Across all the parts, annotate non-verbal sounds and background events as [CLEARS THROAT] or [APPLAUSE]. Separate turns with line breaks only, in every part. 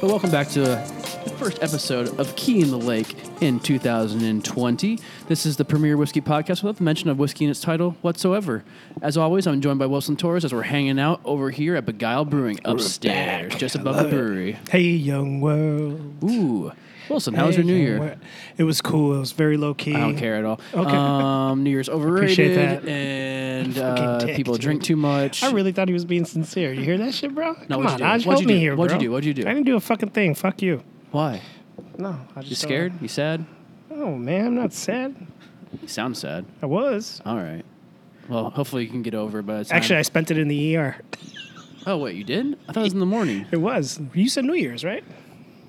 But welcome back to the first episode of Key in the Lake in 2020. This is the premier whiskey podcast without the mention of whiskey in its title whatsoever. As always, I'm joined by Wilson Torres as we're hanging out over here at Beguile Brewing upstairs, just above the brewery.
Hey, young world.
Ooh. Wilson, how was
Hey,
your New
young
Year?
world. It was cool. It was very low key.
I don't care at all.
Okay.
Um, New Year's overrated,
[LAUGHS] Appreciate that.
and
[LAUGHS] Fucking
uh,
dick,
people
dude.
drink too much.
I really thought he was being sincere. You hear that shit, bro?
what'd
Come
you
on,
do? What'd
Aj, help
you
me
do?
here,
What'd you
bro.
do? What'd you do?
I didn't do a fucking thing. Fuck you.
Why?
No, I just
You
don't-
scared? You sad?
Oh man, I'm not sad.
You sound sad.
I was.
All right. Well, hopefully you can get over it by the time.
Actually, I spent it in the ER.
oh wait, you did? I thought it was in the morning.
It was. You said New Year's, right?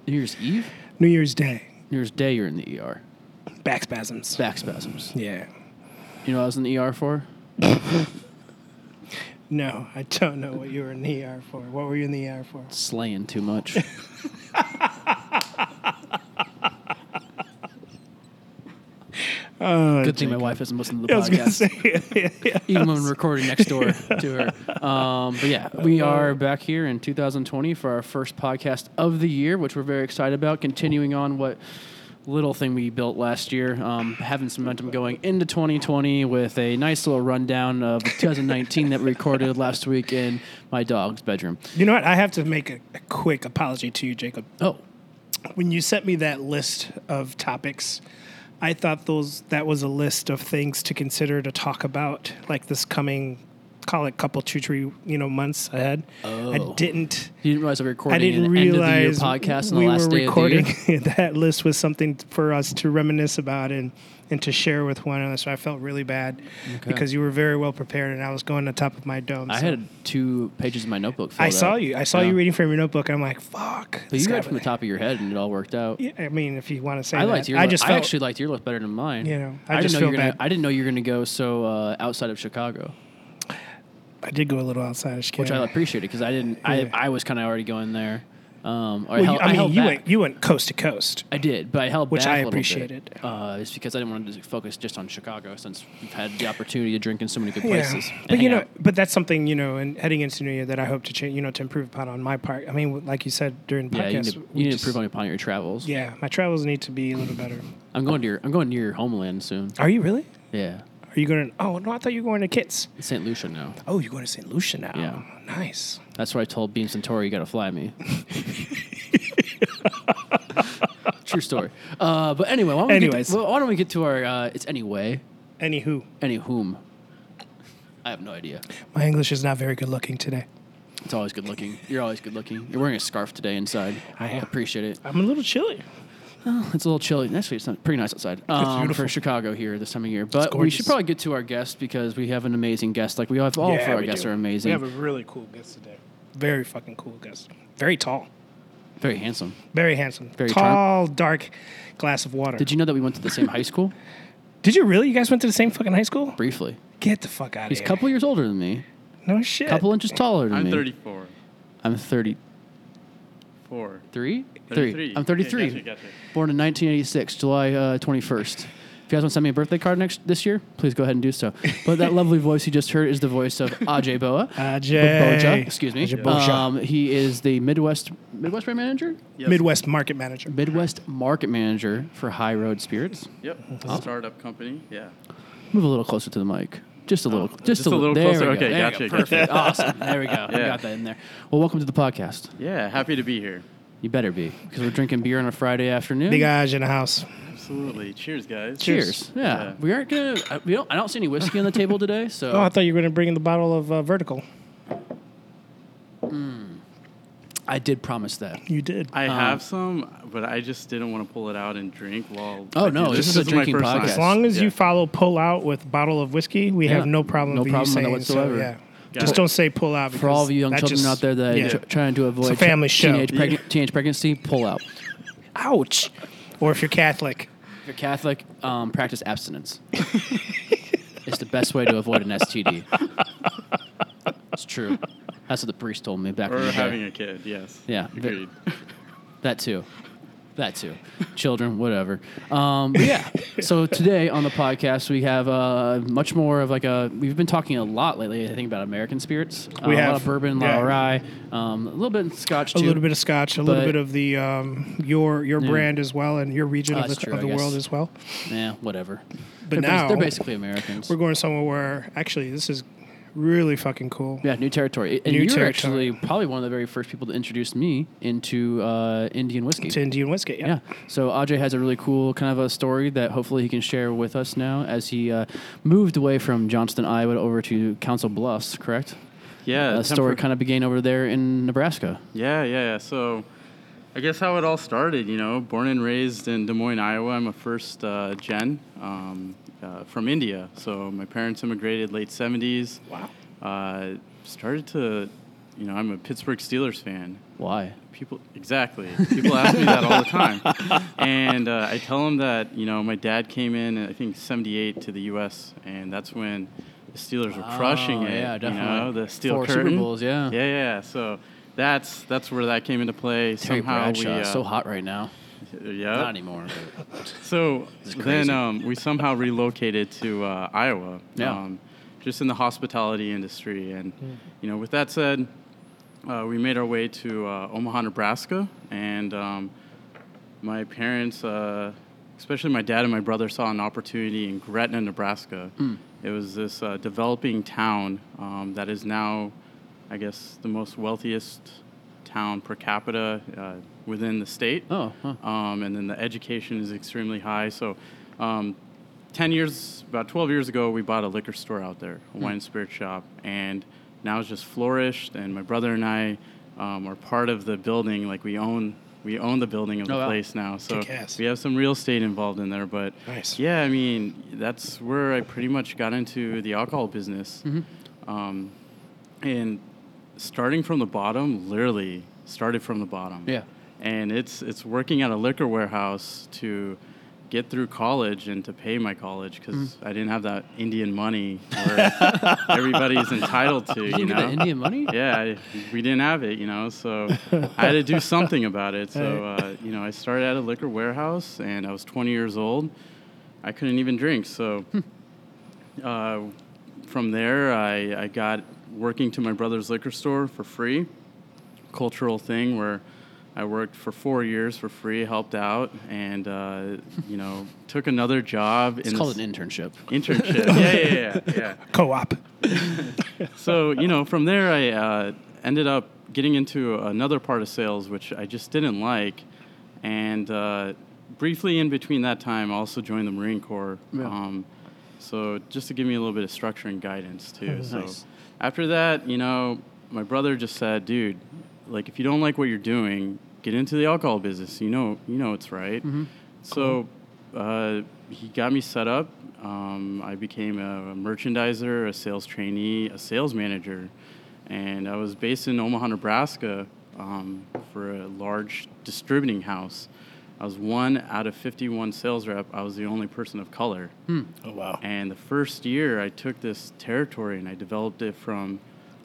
New Year's Eve,
New Year's Day.
New Year's Day, you're in the ER.
Back spasms.
Back spasms.
Yeah.
You know what I was in the ER for?
No, I don't know what you were in the ER for. What were you in the ER for?
Slaying too much.
Uh,
Good thing my wife doesn't listen to the
I was gonna
podcast.
say. [LAUGHS]
even when recording next door to her. Um, but yeah,
Uh,
we are back here in 2020 for our first podcast of the year, which we're very excited about. Continuing on what little thing we built last year, um, having some momentum going into 2020 with a nice little rundown of 2019 that we recorded last week in my dog's bedroom.
You know what? I have to make a, a quick apology to you, Jacob.
Oh,
when you sent me that list of topics i thought those that was a list of things to consider to talk about like this coming call it couple two three you know months ahead i
Oh.
didn't
you didn't realize I recorded
i didn't
an end of
realize
the year podcast on
we
the last
were
day
recording
of the year.
[LAUGHS] that list was something for us to reminisce about and and to share with one another so i felt really bad because you were very well prepared and i was going on top of my dome
I
so-
had two pages in my notebook.
I
filled
saw
out.
you. I saw
Yeah.
you reading from your notebook, and I'm like, "Fuck!"
But
this
you
guy
read from the
would-
top of your head, and it all worked out.
Yeah, I mean, if you want to say
I
that,
liked your.
I
look.
just
I
felt
actually liked your look better than mine.
You know, I
didn't
just
know
feel
you're gonna,
bad.
I didn't know you were going to go so uh, outside of Chicago,
I did go a little outside of Chicago.
which I appreciated because I didn't.
Yeah.
I, I was kind of already going there. Um, or I, held,
Well, you, I mean,
held
you
back.
went you went coast to coast.
I did, but I held
Which
back
I
a little bit.
appreciated.
Uh, it's because I didn't want to focus just on Chicago since we've had the opportunity to drink in so many good places. and
but you
hang
know,
out.
but that's something you know, and heading into New Year that I hope to change, you know, to improve upon on my part. I mean, like you said during the
yeah,
podcast,
you need, to,
we
you need to
just-
improve on your- upon your travels.
Yeah, my travels need to be a little better.
I'm going to your. I'm going to your homeland soon.
Are you really?
Yeah,
Are you going? to... Oh no, I thought you were going to Kits.
It's St. Lucia now.
Oh, you're going to St. Lucia now.
Yeah.
nice.
That's what I told Beam Centauri, you got to fly
[LAUGHS]
me. True story. Uh, but anyway, why don't,
Anyways.
We get to, why don't we get to our, uh, it's anyway,
Anywho,
any whom. I have no idea.
my English is not very good looking today.
It's always good looking. You're always good looking. You're wearing a scarf today inside.
I am.
appreciate it. Oh,
I'm a little chilly.
It's a little chilly. Actually, it's not, pretty nice outside um,
beautiful.
for Chicago here this time of year. But we
gorgeous.
should probably get to our guest because we have an amazing guest. Like we have all of
Yeah,
our
we
guests
do.
are
We
amazing.
have a really cool guest today. Very fucking cool guest. Very tall.
Very handsome.
Very handsome.
Very
tall, dark glass of water.
Did you know that we went to the same high school?
Did you really? You guys went to the same fucking high school?
Briefly.
Get the fuck out of
He's
here.
a couple years older than me.
no shit.
couple inches taller than
I'm
me.
34.
I'm 33.
Four.
Three. I'm 33.
Okay, gotcha, gotcha.
Born in 1986, July uh, 21st. If you guys want to send me a birthday card next this year, please go ahead and do so. But that lovely
[LAUGHS]
voice you just heard is the voice of Ajay Boa.
Uh, Ajay.
Boja, excuse me.
Ajay Boja.
Um, he is the Midwest Midwest brand manager,
Yep.
Midwest market manager.
Midwest market manager for High Road Spirits.
Yep. It's a startup company. Yeah.
Move a little closer to the mic. Just a little. just,
Oh, just a little
there
closer.
we go,
Okay,
there we
gotcha,
go.
gotcha.
Perfect. awesome. There we
[LAUGHS]
go. I
Yeah.
got that in there. Well, welcome to the podcast.
Yeah. Happy to be here.
You better be because we're drinking beer on a Friday afternoon.
Big Aj in the house.
Absolutely. Cheers, guys.
Cheers. Yeah.
Yeah.
we aren't gonna. I, we don't. I don't see any whiskey on the table today, so
Oh, I thought you were going to bring in the bottle of uh, Vertical.
I did promise that.
You did.
Um,
I have some, but I just didn't want to pull it out and drink while.
Oh,
I do
no, this is a
my
drinking
first
podcast.
time.
As
as long as
Yeah.
you follow pull out with bottle of whiskey, we
Yeah.
have no problem.
No
with
problem
you
with that
saying,
whatsoever.
So, yeah.
Got
Just
it.
don't say pull out.
For all
because
of you young
that
children
just-
out there that are
yeah.
tr- trying to avoid
family
tr-
show.
Teenage, preg-
Yeah.
teenage pregnancy, pull out.
Ouch. Or if you're Catholic.
If you're Catholic, um, practice
[LAUGHS]
abstinence. it's the best way to avoid an STD. It's true. That's what the priest told me back in
Or
the day. [LAUGHS]
having a kid. Yes.
Yeah.
Agreed.
That too. That too. Children, whatever. Um, but
[LAUGHS]
yeah. So today on the podcast we have uh, much more of like a. We've been talking a lot lately. I think about American spirits. Uh,
We
a lot
have.
of bourbon, a lot
Yeah.
of rye, um, a little bit of Scotch
a
too.
little bit of Scotch, a little
But-
bit of the um, your your brand as well, and your region
Oh,
of the,
that's true,
of the
I guess.
world as well.
Yeah, whatever.
But
they're, bas-
now
they're basically Americans.
we're going somewhere where actually this is really fucking cool.
Yeah, new territory. And
New
you were
territory.
actually probably one of the very first people to introduce me into uh, Indian whiskey.
To Indian whiskey, yeah.
Yeah. So Ajay has a really cool kind of a story that hopefully he can share with us now as he uh, moved away from Johnston, Iowa, over to Council Bluffs, correct?
[LAUGHS] Yeah,
A story
Temper-
kind of began over there in Nebraska.
Yeah, yeah, yeah. So I guess how it all started, you know, born and raised in Des Moines, Iowa. I'm a first uh, gen um, uh, from India. So my parents immigrated late 70s.
Wow.
Uh, started to, you know, I'm a Pittsburgh Steelers fan.
Why?
People exactly. People ask me that all the time, and uh, I tell them that you know my dad came in I think '78 to the U.S. and that's when the Steelers were crushing
Oh,
it.
yeah,
You know,
definitely.
the steel
Four Super
curtain.
Bowls, yeah.
Yeah, yeah. So that's that's where that came into play.
Terry
Somehow
Bradshaw,
we uh,
so hot right now.
yeah.
Not anymore. but-
So
is
then
crazy.
um, we somehow relocated to uh, Iowa,
Yeah. Hmm.
um, just in the hospitality industry. And, you know, with that said, uh, we made our way to uh, Omaha, Nebraska. And um, my parents, uh, especially my dad and my brother, saw an opportunity in Gretna, Nebraska.
Hmm.
It was this uh, developing town um, that is now, I guess, the most wealthiest town per capita uh, within the state
Oh, huh.
um, and then the education is extremely high. So, um, ten years, about twelve years ago, we bought a liquor store out there, a wine and spirit shop, and now it's just flourished. And my brother and I um, are part of the building, like we own we own the building of the
Oh, wow.
place now. So
Kick ass.
we have some real estate involved in there, but
Nice.
yeah, I mean that's where I pretty much got into the alcohol business. Um, and starting from the bottom, literally started from the bottom
Yeah.
and it's it's working at a liquor warehouse to get through college and to pay my college because I didn't have that Indian money where [LAUGHS] everybody's entitled to. You,
You get that
know,
Indian money?
[LAUGHS] yeah, I, we didn't have it, you know, so I had to do something about it. So, uh, you know, I started at a liquor warehouse and I was 20 years old. I couldn't even drink. So, uh, from there, I, I got working to my brother's liquor store for free, cultural thing where I worked for four years for free, helped out, and, uh, you know, took another job.
It's
in
called
this
an internship.
internship. yeah, yeah, yeah. yeah
Co-op.
so you know from there i uh, ended up getting into another part of sales which i just didn't like and uh, briefly in between that time i also joined the marine corps
Yeah.
um, so just to give me a little bit of structure and guidance too so
nice.
after that you know my brother just said dude like if you don't like what you're doing get into the alcohol business you know you know it's right so uh, he got me set up. Um, I became a merchandiser, a sales trainee, a sales manager, and I was based in Omaha, Nebraska, um, for a large distributing house. I was one out of 51 sales rep. I was the only person of color.
Oh wow.
And the first year, I took this territory and I developed it from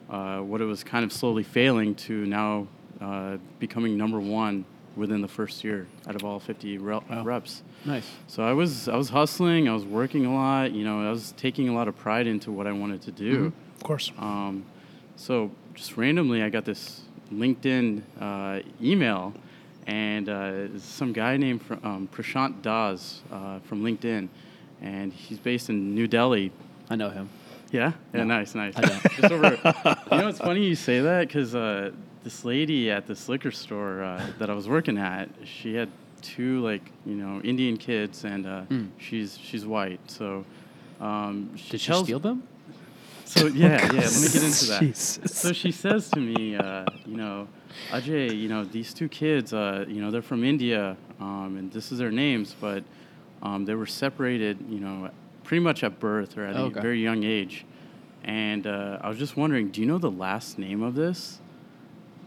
uh, what it was kind of slowly failing to now uh, becoming number one within the first year out of all 50 re- reps.
Nice.
So I was I was hustling, I was working a lot, you know, I was taking a lot of pride into what I wanted to do.
Of course.
Um, so just randomly, I got this LinkedIn uh, email, and uh, it's some guy named fr- um, Prashant Das uh, from LinkedIn, and he's based in New Delhi.
I know him.
Yeah, yeah, nice, nice.
I don't.
[LAUGHS] Just over, you know, it's funny you say that because uh, this lady at this liquor store uh, that I was working at, she had two like you know Indian kids, and uh, she's she's white, so. Um, she
Hmm. Did she
tells-
steal them?
so yeah, yeah. Let me get into that.
Jesus.
So she says to me, uh, you know, Ajay, you know, these two kids, uh, you know, they're from India, um, and this is their names, but um, they were separated, you know, pretty much at birth or at
Okay.
a very young age. And uh, I was just wondering, do you know the last name of this?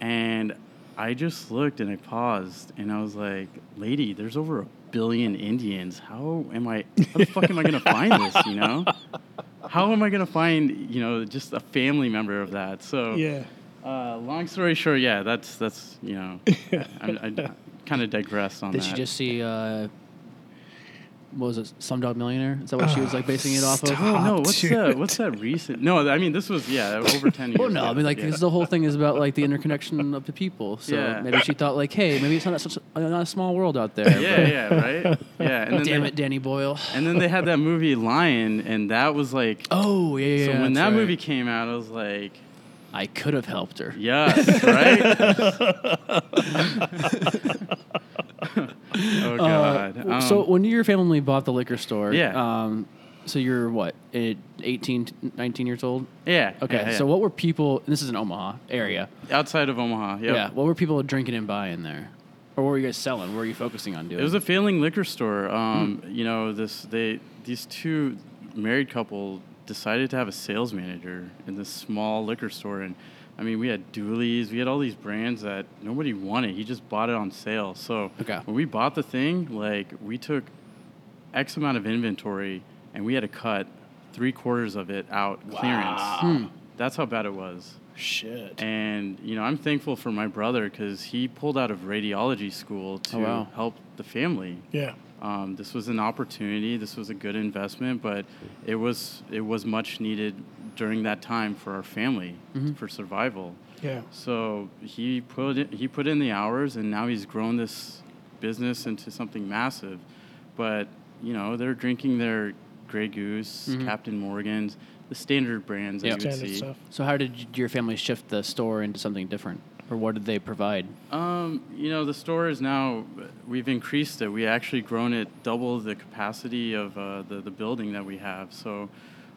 And I just looked and I paused and I was like, lady, there's over a billion Indians. How am I, how the fuck am I going to find this, you know? How am I going to find, you know, just a family member of that? So,
yeah.
uh, long story short, yeah, that's, that's, you know, I, I, I kind of digress on
Did
that.
you just see? Uh, what was it? Slumdog Millionaire? Is that what she was like basing it
[SIGHS]
off of?
stop.
Oh, no,
Oh,
what's
dude. [LAUGHS]
that? What's that recent? No, I mean this
[LAUGHS]
was yeah over ten years.
Well, Oh, no,
ago.
I mean like
yeah.
because the whole thing is about like the interconnection of the people. So
Yeah.
maybe she thought like, hey, maybe it's not such a, not a small world out there.
yeah,
[LAUGHS]
yeah, right. Yeah, and
but
then
Damn
they,
it, Danny Boyle.
And then they had that movie Lion, and that was like.
Oh yeah, yeah.
so
yeah,
when
that's
that
right.
movie came out, I was like,
I could have helped her. [LAUGHS]
yes, right. [LAUGHS] oh God. um,
Uh, so when your family bought the liquor store,
Yeah.
Um, so you're what, eh, 18, t- 19 years old?
yeah.
Okay.
yeah, yeah.
So what were people? and This is in Omaha area.
outside of Omaha? Yep.
Yeah. What were people drinking and buying there? Or what were you guys selling? What were you focusing on doing?
It was a failing liquor store. Um,
Mm.
You know, this they these two married couple decided to have a sales manager in this small liquor store, and I mean, we had Dooley's, we had all these brands that nobody wanted. He just bought it on sale. So
Okay.
when we bought the thing, like we took X amount of inventory, and we had to cut three quarters of it out clearance.
Hmm.
That's how bad it was.
Shit.
And you know, I'm thankful for my brother because he pulled out of radiology school to
Oh, wow.
help the family.
Yeah.
Um, this was an opportunity. This was a good investment, but it was it was much needed during that time for our family
Mm-hmm.
for survival.
Yeah.
So he put in, he put in the hours, and now he's grown this business into something massive. But you know, they're drinking their Grey Goose, Captain Morgan's, the standard brands
Yeah.
that you would
Mm-hmm. Standard
see.
stuff.
so how did y- your family shift the store into something different? Or what did they
[LAUGHS]
provide?
Um, you know, the store is now, we've increased it. We actually grown it double the capacity of uh, the, the building that we have. So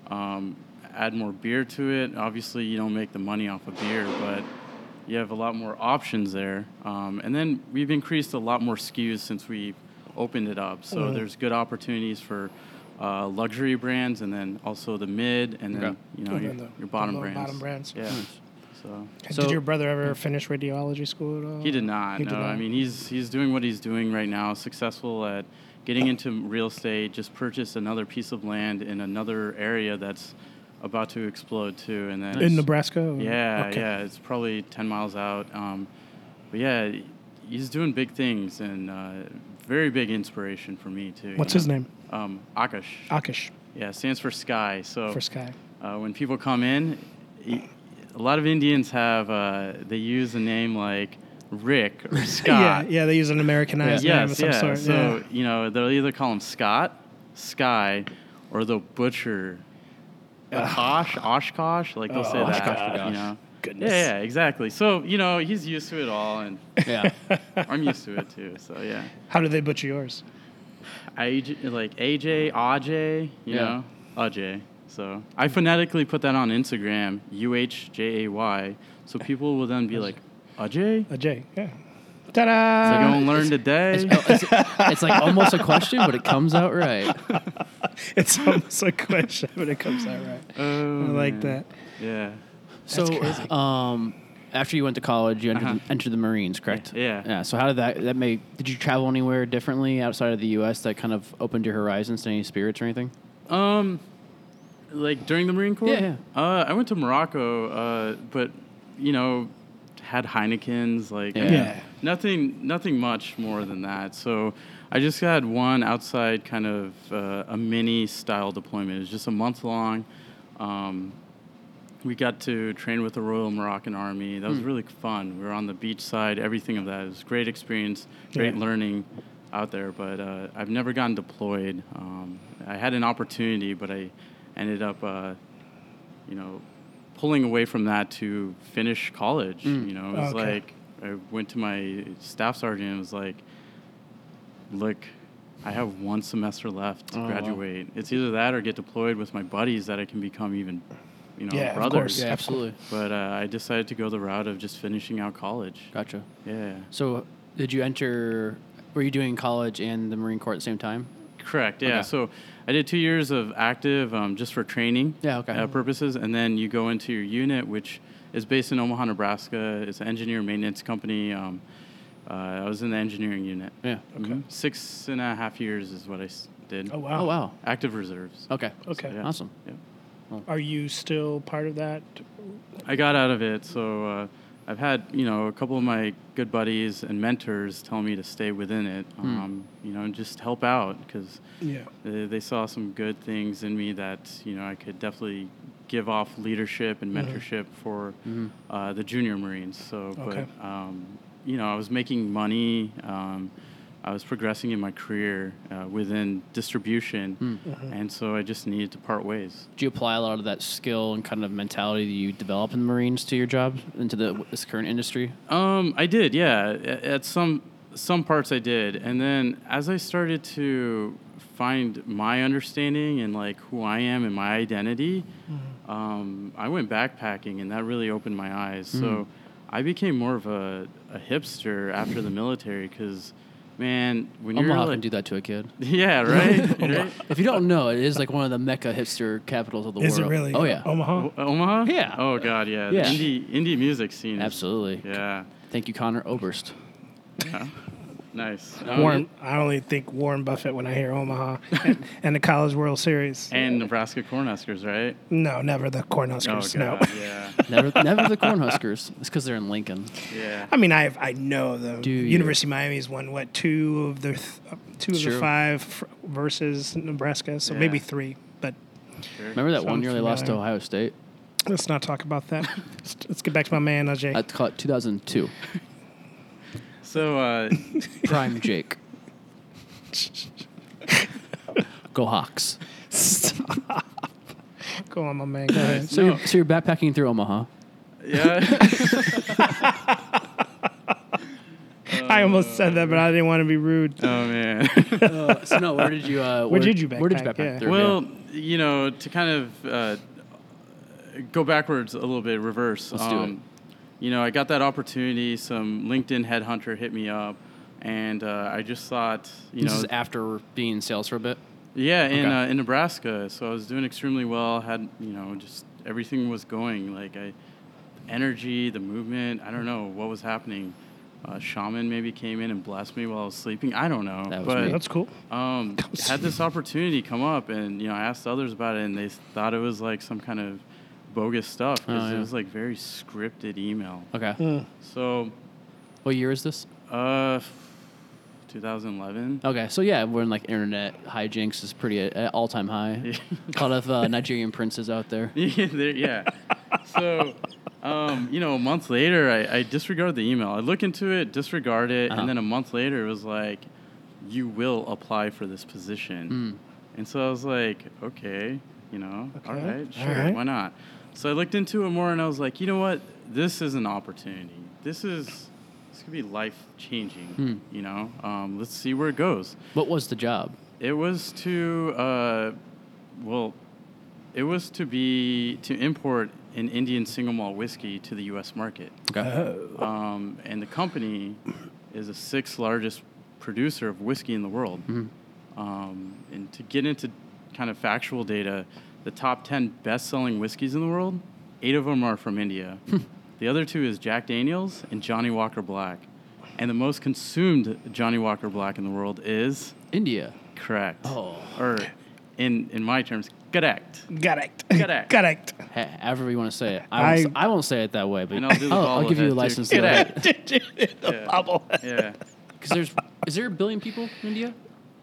um, add more beer to it. Obviously, you don't make the money off of beer, but you have a lot more options there. Um, and then we've increased a lot more SKUs since we opened it up. So
Mm-hmm.
there's good opportunities for uh, luxury brands and then also the mid and then,
Okay.
you know,
And
your,
then the-
your bottom
the
brands.
bottom brands.
Yeah. So.
So-
did your brother ever finish radiology school at all?
He did not.
He
no,
did not.
I mean he's he's doing what he's doing right now. Successful at getting into real estate. Just purchased another piece of land in another area that's about to explode too. And then
in Nebraska. or-
Yeah,
Okay.
yeah. It's probably ten miles out. Um, but yeah, he's doing big things and uh, very big inspiration for me too. you
What's
know?
his name?
Um, Akash.
Akish
yeah, stands for sky. So
for Sky.
uh, when people come in, i- a lot of Indians have uh, they use a name like
[LAUGHS]
Rick or Scott.
Yeah, yeah. They use an Americanized name of
Yes,
some
yeah.
sort.
so
yeah.
you know they'll either call him Scott, Sky, or the butcher, Osh, Oshkosh. Like they'll say
Oh,
that.
Oshkosh.
You know.
Goodness.
Yeah, yeah, exactly. So you know he's used to it all, and
Yeah.
I'm used to it too. So yeah,
How do they butcher yours?
AJ, like AJ, AJ, you
Yeah.
know, AJ. So I phonetically put that on Instagram, U H J A Y, so people will then be like, AJ.
A J. Yeah.
They're
Ta-da!
gonna learn today.
it's, it's like almost a question, but it comes out right.
[LAUGHS] It's almost a question, but it comes out right.
Oh,
I like
man.
that.
Yeah.
So,
crazy.
um, after you went to college, you entered, the, entered the Marines, correct?
Yeah.
Yeah. So, how did that that make? Did you travel anywhere differently outside of the U.S. that kind of opened your horizons to any spirits or anything?
Um, like during the Marine Corps.
Yeah,
Uh, I went to Morocco, uh, but you know, had Heinekens. Like,
Yeah.
I mean,
Yeah.
nothing, nothing much more than that. So, I just had one outside kind of uh, a mini style deployment. It was just a month long. Um, we got to train with the Royal Moroccan Army. That was really fun. We were on the beach side, everything of that. It was a great experience, great
Yeah.
learning out there. But uh, I've never gotten deployed. Um, I had an opportunity, but I ended up, uh, you know, pulling away from that to finish college. You know, it was
Okay.
like I went to my staff sergeant and was like, look, I have one semester left to
Oh, wow.
graduate. It's either that or get deployed with my buddies that I can become even, you know,
Yeah, of
brothers.
course. Yeah,
absolutely.
But uh, I decided to go the route of just finishing out college.
Gotcha.
Yeah,
So, did you enter? Were you doing college and the Marine Corps at the same time?
correct. Yeah,
Okay.
so I did two years of active um, just for training
Yeah, okay.
uh, purposes, and then you go into your unit, which is based in Omaha, Nebraska. It's an engineer maintenance company. Um, uh, I was in the engineering unit.
Yeah.
Mhm. Six and a half years is what I s- did.
Oh wow.
Oh wow.
Active reserves.
Okay.
Okay.
Yeah.
Awesome.
Yeah.
Are you still part of that?
I got out of it, so uh, I've had you know a couple of my good buddies and mentors tell me to stay within it, um, you know, and just help out because
Yeah.
they, they saw some good things in me that you know I could definitely give off leadership and mentorship for uh, the junior Marines. So,
Okay.
but um, you know, I was making money. Um, I was progressing in my career uh, within distribution, and so I just needed to part ways.
Do you apply a lot of that skill and kind of mentality that you develop in the Marines to your job into the this current industry?
Um, I did, yeah. A- At some some parts, I did, and then as I started to find my understanding and like who I am and my identity, um, I went backpacking, and that really opened my eyes. So I became more of a, a hipster after the military because, man, when you're
Omaha
like,
can do that to a kid.
[LAUGHS] yeah, right, right?
If you don't know, it is like one of the mecca hipster capitals of the
Is it
world.
really?
Oh yeah,
Omaha.
O- Omaha,
Yeah.
Oh God, yeah.
Yeah.
The indie indie music scene, is-
absolutely.
yeah,
Thank you, Connor Oberst.
nice.
Warren. I only think Warren Buffett when I hear Omaha [LAUGHS] and, and the College World Series.
And Nebraska Cornhuskers, right?
No, never the Cornhuskers.
Oh,
no.
God, Oh, Uh, yeah,
Never, never the [LAUGHS] Cornhuskers. It's because they're in Lincoln.
yeah.
[LAUGHS]
[LAUGHS]
I mean, I I know the
Do you?
University of Miami's won what two of their th- uh, two of
Sure.
the five f- versus Nebraska, so
Yeah.
maybe three. But
Remember that one
Sounds
year they lost to
familiar.
Ohio State?
let's not talk about that. [LAUGHS] let's, let's get back to my man Ajay.
I caught 2002. [LAUGHS]
So, uh,
Prime Jake. Go Hawks.
Go on, my man. Go ahead.
So, you're, so you're backpacking through Omaha. [LAUGHS]
yeah,
I almost said that, but I didn't want to be rude.
oh man.
so no, where did you? Uh, where,
did you
Where did you
backpack?
backpack
Yeah.
through?
[LAUGHS] well, you know, to kind of uh, go backwards a little bit, reverse. um,
Let's do it.
You know, I got that opportunity. Some LinkedIn headhunter hit me up, and uh, I just thought, you
yeah. this
know,
is after being in sales for a bit.
Yeah, in
Okay.
uh, in Nebraska. So I was doing extremely well. Had you know, just everything was going like I, energy, the movement. I don't know what was happening. Uh, shaman maybe came in and blessed me while I was sleeping. I don't know,
That was
but
me.
That's cool.
um, had this opportunity come up, and you know, I asked others about it, and they thought it was like some kind of bogus stuff because
Oh,
it
yeah.
was like very scripted email.
Okay.
So,
What year is this?
uh, 2011.
Okay, so yeah, we're in like internet hijinks is pretty uh, at, at all time [LAUGHS] high. A lot of uh, Nigerian princes out there.
yeah. [LAUGHS] there- yeah. So, um, you know, a month later, I, I disregarded the email. I look into it, disregard it,
Uh-huh.
and then a month later, it was like, you will apply for this position. And so I was like, okay, you know, all
Hmm. Okay.
right,
All
sure,
right.
why not? So I looked into it more and I was like, you know what? This is an opportunity. This is, this could be life changing,
Hmm.
you know? Um, let's see where it goes.
What was the job?
It was to, uh, well, it was to be to import an Indian single malt whiskey to the U.S. market,
Okay.
um, and the company is the sixth largest producer of whiskey in the world. Um, and to get into kind of factual data, the top ten best-selling whiskeys in the world, eight of them are from India. the other two is Jack Daniel's and Johnny Walker Black. And the most consumed Johnny Walker Black in the world is
India.
Correct.
Oh.
Or in in my terms,
[LAUGHS]
correct.
Correct.
Correct.
Correct.
He- however you want to say it. I won't, I,
I-
won't say it that way, but
And I'll do the
I'll,
ball
I'll
with
give
it,
you a
too.
license
Get
to
out.
the bubble.
[LAUGHS] Yeah.
Because there's, is there a billion people in India?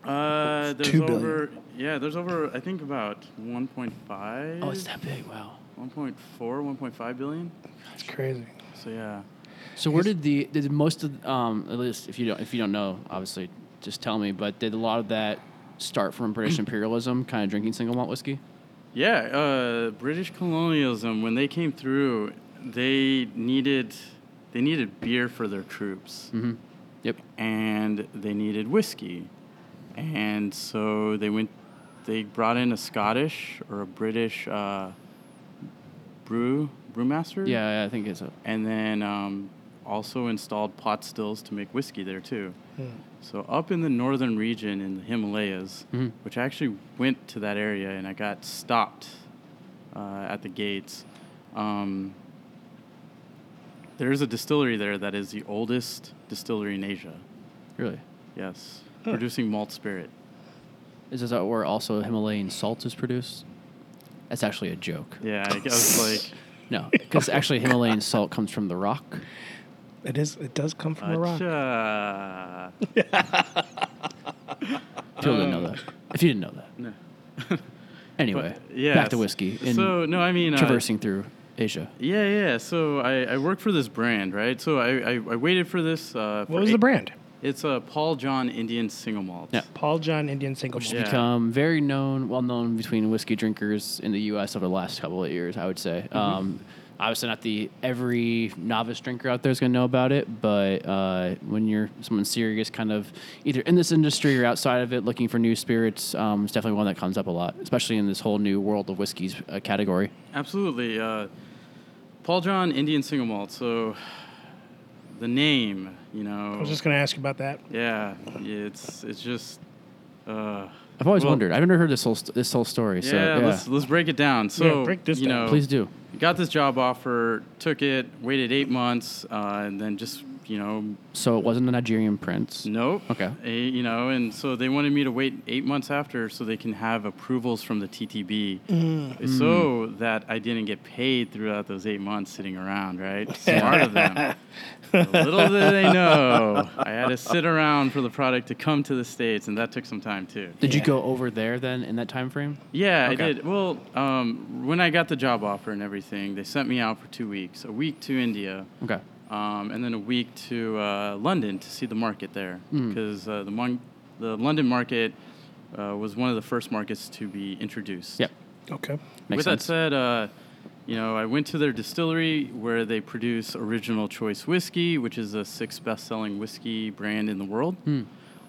Uh, there's
Two billion.
over yeah, there's over I think about 1.5
Oh, it's that big. Wow.
1.4, 1.5 billion.
That's crazy.
So yeah.
So where did the did most of um, at least if you don't if you don't know obviously just tell me but did a lot of that start from [CLEARS THROAT] British imperialism kind of drinking single malt whiskey?
Yeah, uh, British colonialism when they came through, they needed they needed beer for their troops.
Yep.
and they needed whiskey. And so they went, they brought in a Scottish or a British uh, brew brewmaster.
Yeah, yeah I think it's a
And then um, also installed pot stills to make whiskey there too. So up in the northern region in the Himalayas, which I actually went to that area and I got stopped uh, at the gates. Um, there's a distillery there that is the oldest distillery in Asia.
really.
Yes, producing malt spirit.
Is this where also Himalayan salt is produced? That's actually a joke.
Yeah, I, I was like,
No, because actually Himalayan salt comes from the rock.
It is. It does come from
uh,
Iraq.
Acha.
People didn't know that. If you didn't know that.
Um, No.
[LAUGHS] Anyway,
yeah,
back to whiskey and
So no, I mean uh,
traversing through Asia.
Yeah, yeah. So I, I work for this brand, right? So I, I, I waited for this. Uh, for
What was the
eight-
brand?
It's a Paul John Indian Single Malt.
Yeah.
Paul John Indian Single
Which
Malt.
has
Yeah.
become very known, well known between whiskey drinkers in the U.S. over the last couple of years, I would say.
Mm-hmm.
Um, obviously, not the every novice drinker out there is going to know about it, but uh, when you're someone serious, kind of either in this industry or outside of it, looking for new spirits, um, it's definitely one that comes up a lot, especially in this whole new world of whiskeys uh, category.
Absolutely. Uh, Paul John Indian Single Malt. So the name, you know.
I was just going to ask you about that.
yeah, it's it's just. Uh,
I've always
Well-
wondered. I've never heard this whole st- this whole story. so
yeah, let's let's break it down. So
break this
you
down.
know,
please do.
Got this job offer, took it, waited eight months, uh, and then just you know
So it wasn't a Nigerian prince.
Nope.
Okay.
Eh, you know, and so they wanted me to wait eight months after so they can have approvals from the TTB, so
Mm.
that I didn't get paid throughout those eight months sitting around.
[LAUGHS]
Right? Smart of them. Little did they know, I had to sit around for the product to come to the states, and that took some time too.
Did you
Yeah.
go over there then in that time frame?
Yeah,
Okay.
I did. Well, um, when I got the job offer and everything, they sent me out for two weeks, a week to India
Okay.
um, and then a week to uh, London to see the market there
Hmm.
because uh, the mon- the London market uh, was one of the first markets to be introduced.
Yep.
Okay.
Makes
With
sense.
that said, uh, you know, I went to their distillery where they produce Original Choice whiskey, which is the sixth best-selling whiskey brand in the world.
Hmm.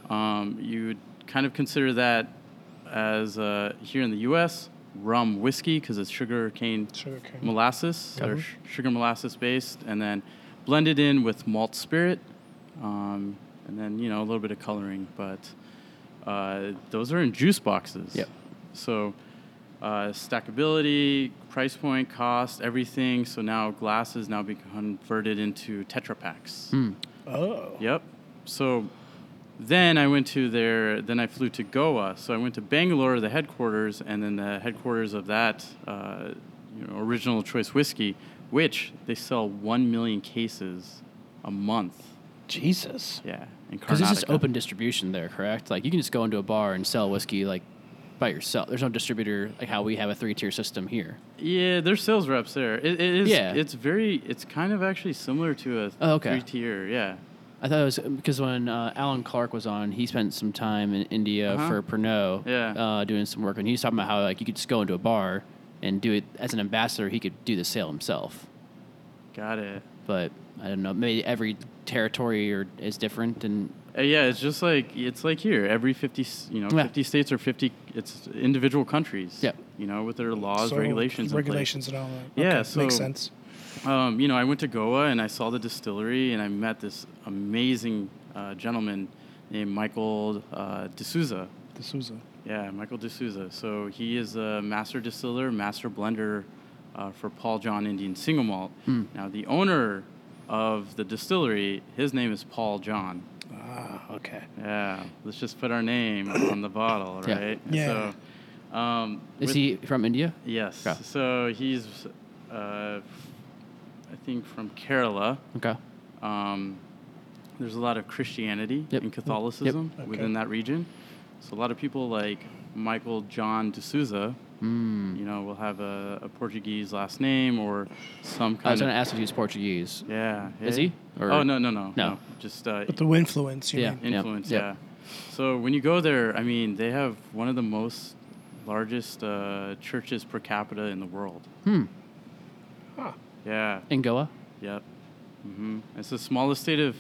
Um, you would kind of consider that as uh, here in the U.S. rum whiskey because it's sugar cane
Sugar cane.
molasses or sh- sugar molasses based, and then blended in with malt spirit, um, and then you know a little bit of coloring. But uh, those are in juice boxes.
Yep.
So uh, stackability, price point, cost, everything. So now glass is now being converted into tetra packs.
Oh.
Yep. So then I went to their, then I flew to Goa. So I went to Bangalore, the headquarters, and then the headquarters of that uh, you know, original choice whiskey, which they sell 1 million cases a month.
Jesus.
Yeah. in
Because it's just
Karnataka.
open distribution there, correct? Like you can just go into a bar and sell whiskey like by yourself. There's no distributor like how we have a three tier system here.
Yeah, there's sales reps there. It, it is,
Yeah.
It's very, it's kind of actually similar to a
Oh, okay.
three tier. Yeah.
I thought it was because when uh, Alan Clark was on, he spent some time in India
Uh-huh.
for Pernod,
Yeah.
uh, doing some work, and he was talking about how like you could just go into a bar and do it as an ambassador. He could do the sale himself,
Got it.
but I don't know. Maybe every territory or is different, and
Uh, yeah, it's just like it's like here. Every fifty, s- you know,
Yeah.
fifty states or fifty, it's individual countries.
Yep.
You know, with their laws,
So,
regulations, in place.
regulations, and all that.
Yeah,
Okay, makes
so-
sense.
Um, you know, I went to Goa and I saw the distillery and I met this amazing uh, gentleman named Michael uh, D'Souza.
This was a
Yeah, Michael D'Souza. So he is a master distiller, master blender uh, for Paul John Indian Single Malt. Now, the owner of the distillery, his name is Paul John.
ah okay.
Yeah, let's just put our
[COUGHS]
name on the bottle,
Yeah.
right?
Yeah.
So, um,
is
with-
he from India?
Yes.
Okay.
So he's, uh, I think, from Kerala.
Okay,
Um, there's a lot of Christianity
Yep.
and Catholicism
Yep.
within
Okay.
that region. So a lot of people like Michael John D'Souza,
Mm.
you know, will have a, a Portuguese last name or some
I was
kind
going to
of.
ask if he was Portuguese.
Yeah.
Is
yeah.
he? Or-
oh, no, no, no.
No.
Just uh,
But the influence, you
Yeah.
mean?
influence.
Yep.
Yeah. So when you go there, I mean, they have one of the most largest uh, churches per capita in the world.
Hmm.
Huh.
Yeah.
In Goa.
Yep. hmm It's the smallest state of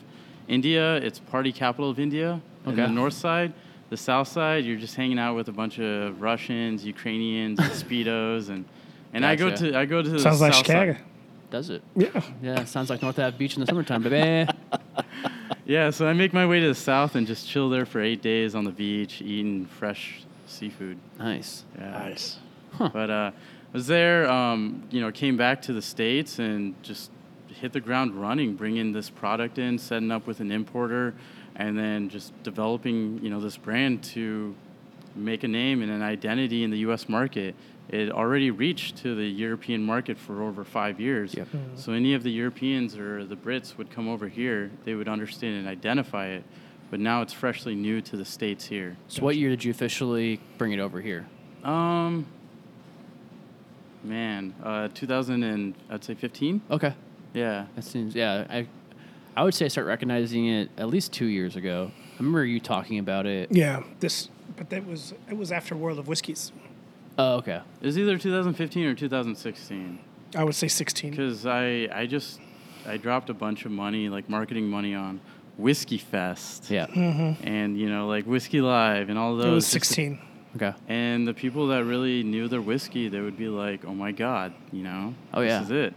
India. It's party capital of India. And the
Okay.
north side, the south side, you're just hanging out with a bunch of Russians,
[LAUGHS]
Ukrainians, and speedos, and and I go
Gotcha.
to I go to the
Sounds like
south
Chicago.
Side.
Does it?
Yeah.
Yeah, sounds like North Ave Beach in the summertime,
[LAUGHS]
baby.
Yeah. So I make my way to the south and just chill there for eight days on the beach, eating fresh seafood.
nice.
Yeah.
Nice.
But uh, I was there, um, you know, came back to the States and just hit the ground running, bringing this product in, setting up with an importer, and then just developing, you know, this brand to make a name and an identity in the U.S. market. it already reached to the European market for over five years.
Yep.
So any of the Europeans or the Brits would come over here, they would understand and identify it. But now it's freshly new to the states here.
So what year did you officially bring it over here?
Um, man, uh, 2000 and I'd say 15.
Okay,
Yeah,
that seems yeah. I I would say I start recognizing it at least two years ago. I remember you talking about it.
Yeah, this, but that was it was after World of Whiskies.
Oh, okay.
it was either 2015 or 2016.
I would say 16.
Because I, I just, I dropped a bunch of money, like marketing money, on Whiskey Fest.
Yeah.
And you know, like Whiskey Live and all those.
It was
just to
16.
Okay.
[LAUGHS] And the people that really knew their whiskey, they would be like, "Oh my god, you know,
Oh,
this
yeah.
is it."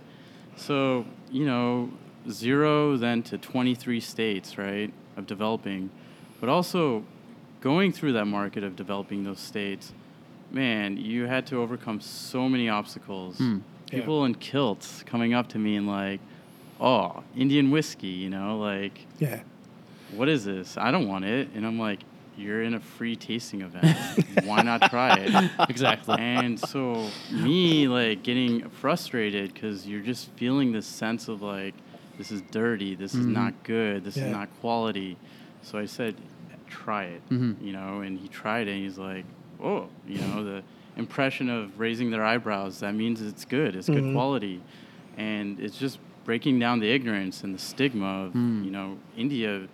So you know, zero then to twenty-three states, right, of developing, but also going through that market of developing those states. Man, you had to overcome so many obstacles.
Hmm.
Yeah.
People in kilts coming up to me and like, "Oh, Indian whiskey," you know, like,
Yeah.
"What is this? I don't want it," and I'm like. You're in a free tasting event. Why not try it?
Exactly.
[LAUGHS] and so me like getting frustrated because you're just feeling this sense of like this is dirty this is not good this
Mm-hmm. Yeah.
is not quality so i said try it
Mm-hmm.
you know and he tried it and he's like oh you know the impression of raising their eyebrows that means it's good it's
Mm-hmm.
good quality and it's just breaking down the ignorance and the stigma of
Mm.
you know india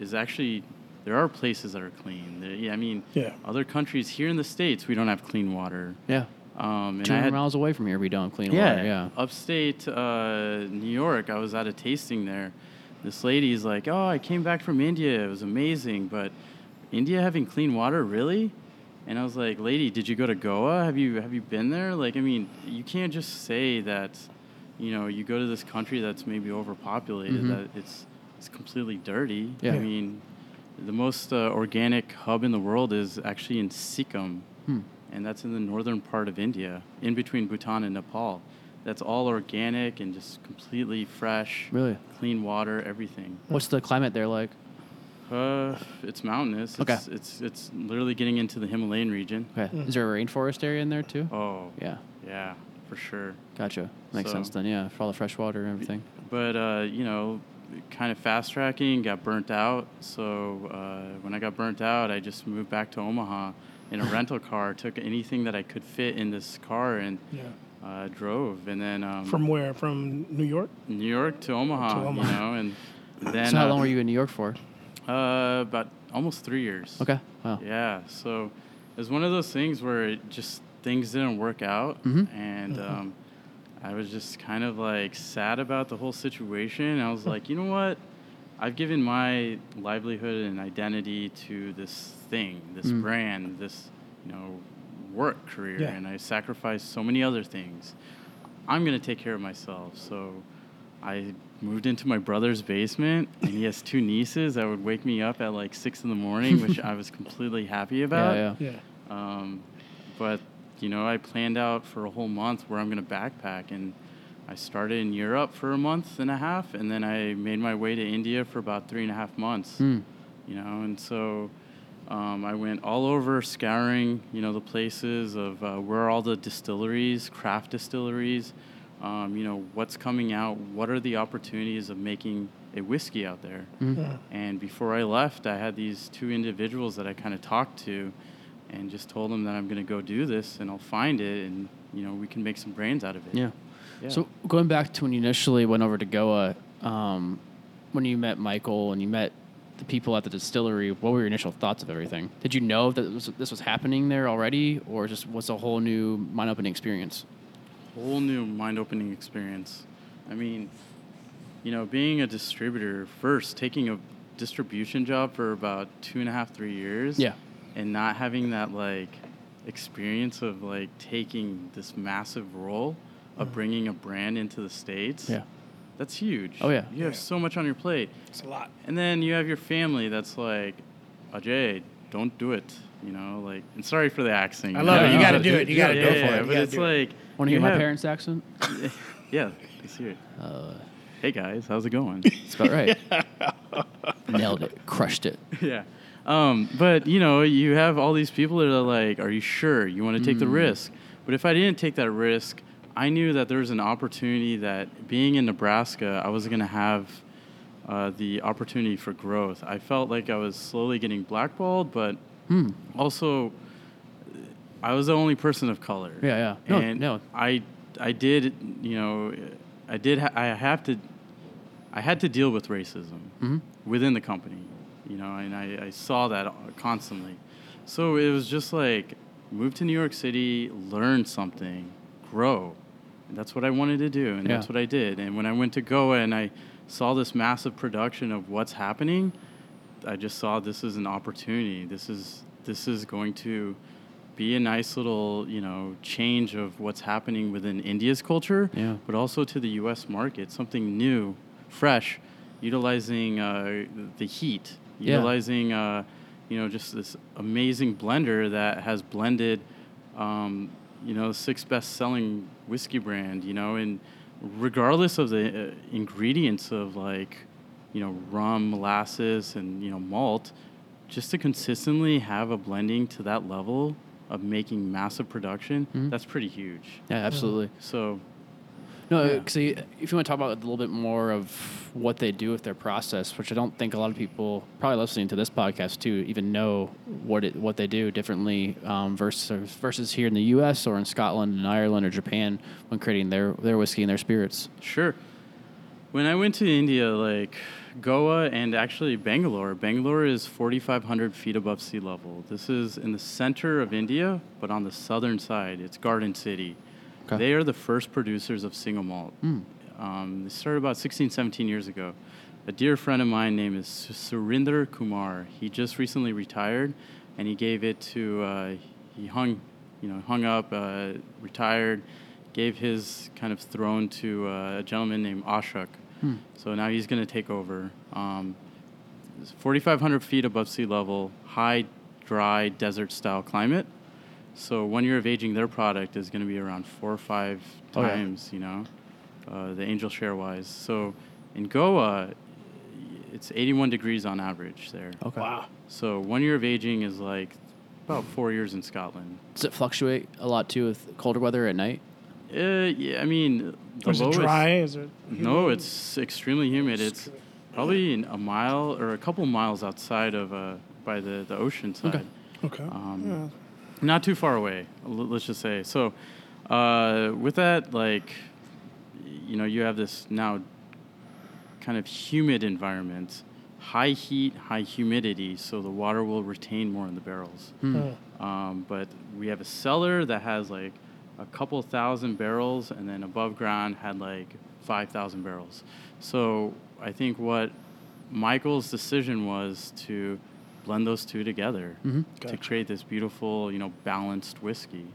is actually there are places that are clean There- yeah, i mean
Yeah.
other countries here in the states we don't have clean water
yeah.
um, and
Two
I
hundred
had,
miles away from here, we don't have clean
yeah,
water. Yeah.
upstate uh, New York. I was at a tasting there. This lady's like, "Oh, I came back from India. It was amazing, but India having clean water, really?" And I was like, "Lady, did you go to Goa? Have you have you been there? Like, I mean, you can't just say that, you know, you go to this country that's maybe overpopulated that it's it's completely dirty.
Mm-hmm. Yeah.
I mean, the most uh, organic hub in the world is actually in Sikkim,
Hmm.
and that's in the northern part of India, in between Bhutan and Nepal. That's all organic and just completely fresh,
Really?
clean water, everything.
What's the climate there like?
Uh, it's mountainous.
Okay.
It's, it's it's literally getting into the Himalayan region.
Okay. Is there a rainforest area in there too?
Mm. Oh,
Yeah.
yeah, for sure.
Gotcha. Makes
So-
sense then. Yeah, for all the fresh water and everything.
But uh, you know, kind of fast tracking, got burnt out. So uh, when I got burnt out, I just moved back to Omaha in
[LAUGHS]
a rental car. Took anything that I could fit in this car and
Yeah.
uh, drove. And then um,
From where? From New York?
New York to Omaha,
To Omaha.
you know, and then
[LAUGHS] so how
uh,
long were you in New York for?
Uh, about almost three years.
Okay. Wow.
Yeah, so it was one of those things where it just things didn't work out, and um, I was just kind of like sad about the whole situation. I was like, you know what? I've given my livelihood and identity to this thing, this brand, this you know work career,
Yeah.
and I sacrificed so many other things. I'm gonna take care of myself, so. I moved into my brother's basement, and he has
[LAUGHS]
two nieces that would wake me up at like six in the morning, which I was completely happy about.
[LAUGHS] yeah, yeah.
Yeah.
Um, but you know, I planned out for a whole month where I'm going to backpack, and I started in Europe for a month and a half, and then I made my way to India for about three and a half months.
Hmm.
You know, and so um, I went all over scouring, you know, the places of uh, where are all the distilleries, craft distilleries. Um, you know what's coming out. What are the opportunities of making a whiskey out there?
Mm-hmm.
And before I left, I had these two individuals that I kind of talked to and just told them that I'm going to go do this and I'll find it and, you know, we can make some brains out of it.
Yeah.
Yeah.
So going back to when you initially went over to Goa, um, when you met Michael and you met the people at the distillery, what were your initial thoughts of everything? Did you know that this was, this was happening there already, or just was a whole new mind-opening experience?
Whole new mind opening experience. I mean, you know, being a distributor first, taking a distribution job for about two and a half, three years.
Yeah.
And not having that, like, experience of, like, taking this massive role of bringing a brand into the States.
Mm. Yeah.
That's huge.
Oh, yeah.
You have
Yeah.
so much on your plate.
It's a lot.
And then you have your family that's like, Ajay, don't do it. You know, like, and sorry for the accent.
I love
it. You gotta
do it. You gotta
yeah,
go
yeah,
for it. You
But
gotta
it's
do
like,
Want to
you
hear my
have-
parents' accent?
Yeah, let's hear it.
Uh,
hey guys, how's
[LAUGHS]
it going?
That's
[LAUGHS]
about right. Nailed it. Crushed it.
[LAUGHS] yeah.
Mm.
Um, but you know, you have all these people that are like, "Are you sure you want to take the risk? But if I didn't take that risk, I knew that there was an opportunity that being in Nebraska, I was going to have uh, the opportunity for growth. I felt like I was slowly getting blackballed, but
Hmm.
also I was the only person of color.
Yeah, yeah. No,
and
no.
I I did you know I did ha- I have to I had to deal with racism within the company, you know, and I, I saw that constantly. So it was just like move to New York City, learn something, grow. And that's what I wanted to do, and that's
Yeah.
what I did. And when I went to Goa and I saw this massive production of what's happening, I just saw this is an opportunity. This is this is going to be a nice little you know change of what's happening within India's culture,
Yeah.
but also to the U.S. market, something new, fresh, utilizing uh, the heat,
Yeah.
utilizing uh, you know just this amazing blender that has blended um, you know six best-selling whiskey brand, you know, and regardless of the uh, ingredients of like you know rum, molasses, and you know malt, just to consistently have a blending to that level of making massive production, that's pretty huge.
Yeah, absolutely.
So
No,
Yeah.
see, if you want to talk about a little bit more of what they do with their process, which I don't think a lot of people probably listening to this podcast too even know what it what they do differently um, versus versus here in the U.S. or in Scotland and Ireland or Japan when creating their their whiskey and their spirits.
Sure. When I went to India, like Goa and actually Bangalore, Bangalore is 4,500 feet above sea level. This is in the center of India, but on the southern side, it's Garden City.
Okay.
They are the first producers of single malt. Um, they started about 16, 17 years ago. A dear friend of mine named is Surinder Kumar. He just recently retired, and he gave it to uh, he hung, you know, hung up, uh, retired, gave his kind of throne to uh, a gentleman named Ashok. So now he's going to take over. Um, it's 4,500 feet above sea level, high, dry, desert-style climate. So one year of aging their product is going to be around four or five
Oh, yeah.
times, you know, uh, the angel share wise. So in Goa, it's 81 degrees on average there.
Okay.
Wow.
So one year of aging is like about four years in Scotland.
Does it fluctuate a lot too with colder weather at night?
Uh, yeah, I mean, the
Is it
lowest-
dry? Is it?
No, it's extremely humid. It's probably in a mile or a couple miles outside of uh, by the, the ocean side.
Okay.
Um, Not too far away, l- let's just say. So, uh, with that, like, you know, you have this now kind of humid environment, high heat, high humidity, so the water will retain more in the barrels.
hmm.
Um, but we have a cellar that has like a couple thousand barrels, and then above ground had like 5,000 barrels. So I think what Michael's decision was to blend those two together to
Gotcha.
create this beautiful, you know, balanced whiskey.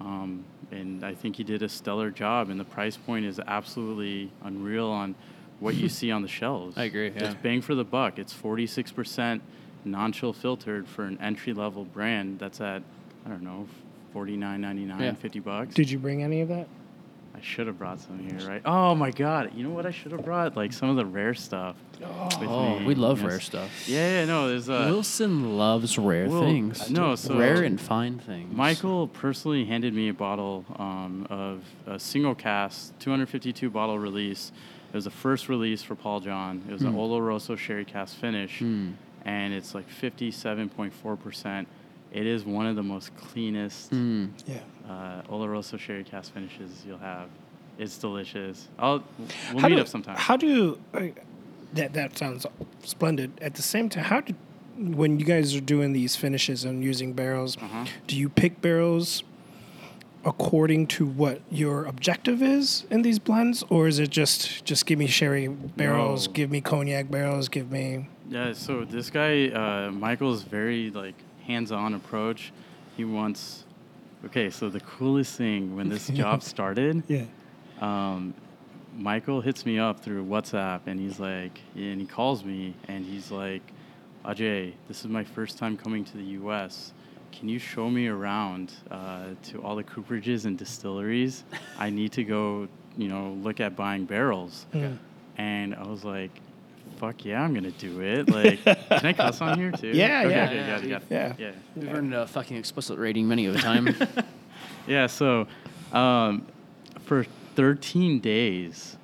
Um, and I think he did a stellar job, and the price point is absolutely unreal on what you see on the shelves.
I agree, yeah.
It's bang for the buck. It's 46% non chill filtered for an entry level brand that's at, I don't know, 49.99,
Yeah.
50 bucks.
Did you bring any of that?
I should have brought some here, right? Oh my God. You know what I should have brought? Like some of the rare stuff. with
Oh,
me.
we love
Yes.
rare stuff.
Yeah, yeah, no. There's uh,
Wilson loves rare
Well,
things.
no, so-
rare and fine things.
Michael personally handed me a bottle um, of a single cast, 252 bottle release. It was the first release for Paul John. It was
Hmm.
an Oloroso sherry cast finish, and it's like 57.4%. It is one of the most cleanest
Mm.
Yeah.
uh, Oloroso sherry cast finishes you'll have. It's delicious. I'll we'll
how
meet
do,
up sometime.
How do I, that? That sounds splendid. At the same time, how do when you guys are doing these finishes and using barrels,
Mm-hmm.
do you pick barrels according to what your objective is in these blends, or is it just just give me sherry barrels,
No.
give me cognac barrels, give me
Yeah, so this guy, uh, Michael's very like hands-on approach. He wants. Okay, so the coolest thing when this job started,
yeah
um, Michael hits me up through WhatsApp, and he's like, and he calls me, and he's like, Ajay, this is my first time coming to the U.S. Can you show me around uh, to all the cooperages and distilleries? I need to go, you know, look at buying barrels. And I was like, fuck yeah, I'm gonna do it. Like, can I cuss on here too?
[LAUGHS] Yeah, yeah.
okay,
Yeah,
okay, got it, got it.
Yeah.
yeah. [LAUGHS]
We've earned a fucking explicit rating many of the time.
Yeah, so um, for 13 days,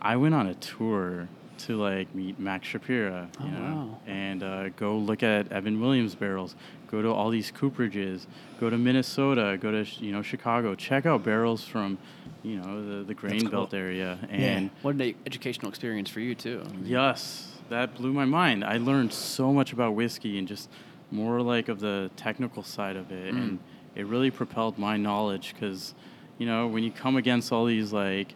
I went on a tour to like meet Max Shapira, you
Oh,
know,
wow.
and uh, go look at Evan Williams barrels, go to all these cooperages, go to Minnesota, go to you know Chicago, check out barrels from you know the, the grain
cool.
belt area, and
What an educational experience for you too.
yes, that blew my mind. I learned so much about whiskey and just more like of the technical side of it,
Mm.
and it really propelled my knowledge because you know when you come against all these like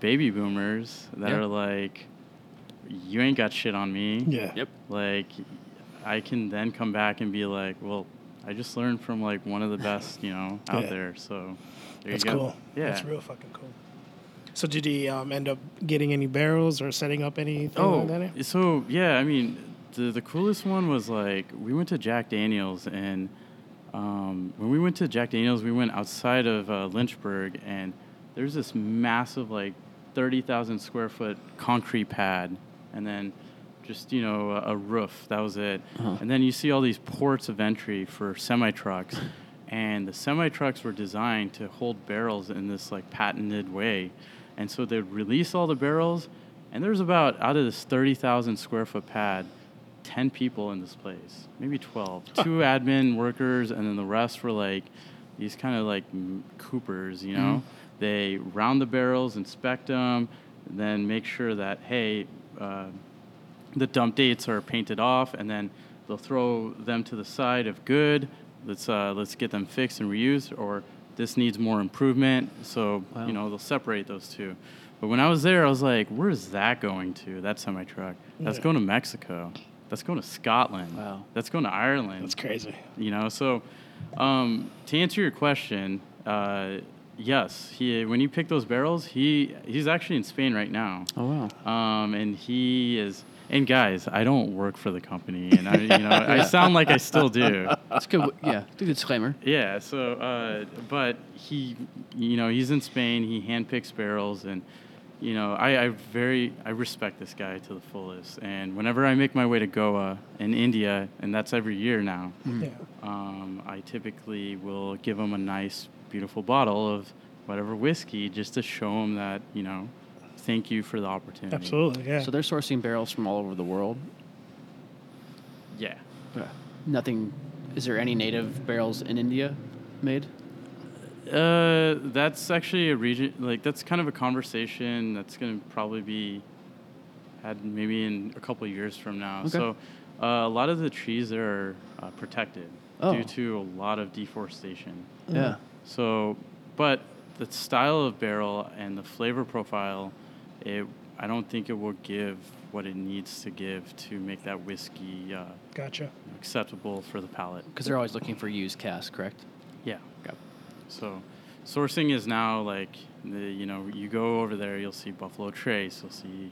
baby boomers that
Yeah.
are like you ain't got shit on me
Yeah.
Yep.
like I can then come back and be like, well, I just learned from like one of the best, you know, out
Yeah.
there. So there
That's
you go.
cool.
Yeah.
That's real fucking cool. So did he um, end up getting any barrels or setting up anything like that?
Oh, so yeah, I mean, the the coolest one was like we went to Jack Daniels, and um, when we went to Jack Daniels, we went outside of uh, Lynchburg, and there's this massive like thirty thousand square foot concrete pad, and then just you know a, a roof. That was it, and then you see all these ports of entry for semi trucks. And the semi trucks were designed to hold barrels in this like patented way, and so they'd release all the barrels, and there's about out of this 30,000 square foot pad, 10 people in this place, maybe 12. [LAUGHS] Two admin workers, and then the rest were like these kind of like m- coopers, you know? They round the barrels, inspect them, then make sure that, hey, uh, the dump dates are painted off, and then they'll throw them to the side of good. Let's uh, let's get them fixed and reused, or this needs more improvement. So
Wow.
you know they'll separate those two. But when I was there, I was like, where is that going to? That semi truck? That's
Yeah.
going to Mexico. That's going to Scotland.
Wow.
That's going to Ireland
That's crazy.
you know so um, to answer your question uh, yes he when he picked those barrels he he's actually in spain right now
Oh wow.
um, and he is and guys i don't work for the company and i you know i sound like i still do
That's good. Yeah. Good disclaimer.
yeah. So, uh, but he, you know, he's in Spain. He handpicks barrels, and you know, I, I very I respect this guy to the fullest. And whenever I make my way to Goa in India, and that's every year now,
Yeah.
um, I typically will give him a nice, beautiful bottle of whatever whiskey just to show him that you know, thank you for the opportunity.
Absolutely. Yeah.
So they're sourcing barrels from all over the world.
Yeah.
Nothing. Is there any native barrels in India made?
Uh, that's actually a region like that's kind of a conversation that's going to probably be had maybe in a couple of years from now.
Okay.
So, uh, a lot of the trees there are uh, protected
Oh.
due to a lot of deforestation.
Yeah.
So, but the style of barrel and the flavor profile, it I don't think it will give what it needs to give to make that whiskey uh,
Gotcha.
acceptable for the palate.
Because they're always looking for used casks, correct?
Yeah. So, sourcing is now like the you know you go over there, you'll see Buffalo Trace, you'll see you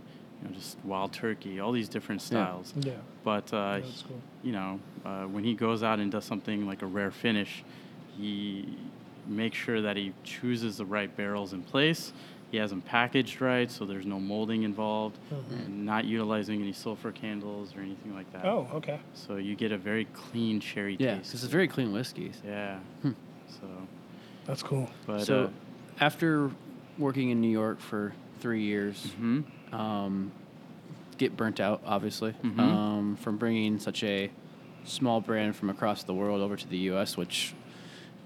know just Wild Turkey, all these different
Yeah.
styles.
Yeah.
But uh,
That's cool.
you know uh, when he goes out and does something like a rare finish, he makes sure that he chooses the right barrels in place. He has them packaged right, so there's no molding involved,
Uh-huh.
and not utilizing any sulfur candles or anything like that.
Oh, okay.
So you get a very clean cherry
Yeah.
taste.
Because it's very clean whiskey.
yeah. So.
That's cool.
But
so,
uh,
after working in New York for three years, um, get burnt out, obviously, um, from bringing such a small brand from across the world over to the U.S., which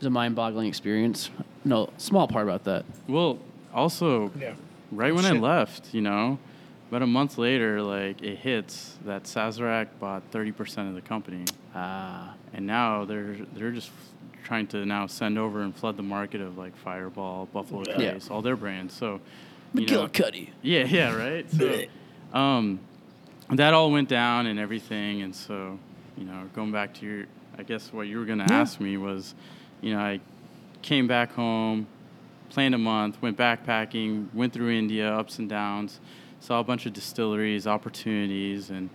is a mind-boggling experience. No, small part about that.
Well, also,
Yeah.
right when I
Shit.
left, you know, about a month later, like it hits that Sazerac bought 30% of the company,
Ah,
and now they're they're just f- trying to now send over and flood the market of like Fireball, Buffalo Trace,
Yeah.
all their brands. So, you know,
McGillicuddy.
yeah, [LAUGHS] yeah, right. So, um, that all went down and everything, and so you know, going back to your, I guess what you were gonna ask me was, you know, I came back home, planned a month, went backpacking, went through India, ups and downs, saw a bunch of distilleries, opportunities, and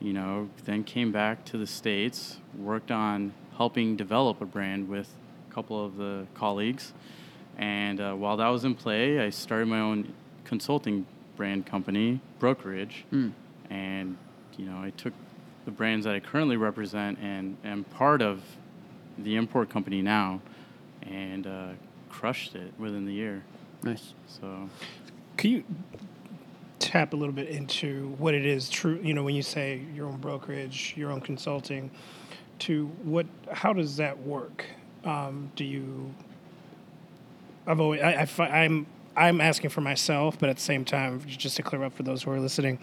you know, then came back to the states, worked on helping develop a brand with a couple of the colleagues. And uh, while that was in play, I started my own consulting brand company, brokerage, and you know I took the brands that I currently represent and am part of the import company now and uh, crushed it within the year.
Nice.
So
Can you tap a little bit into what it is true? You know, when you say your own brokerage, your own consulting, to what? How does that work? Um, do you? I've always I, I fi- I'm I'm asking for myself, but at the same time, just to clear up for those who are listening,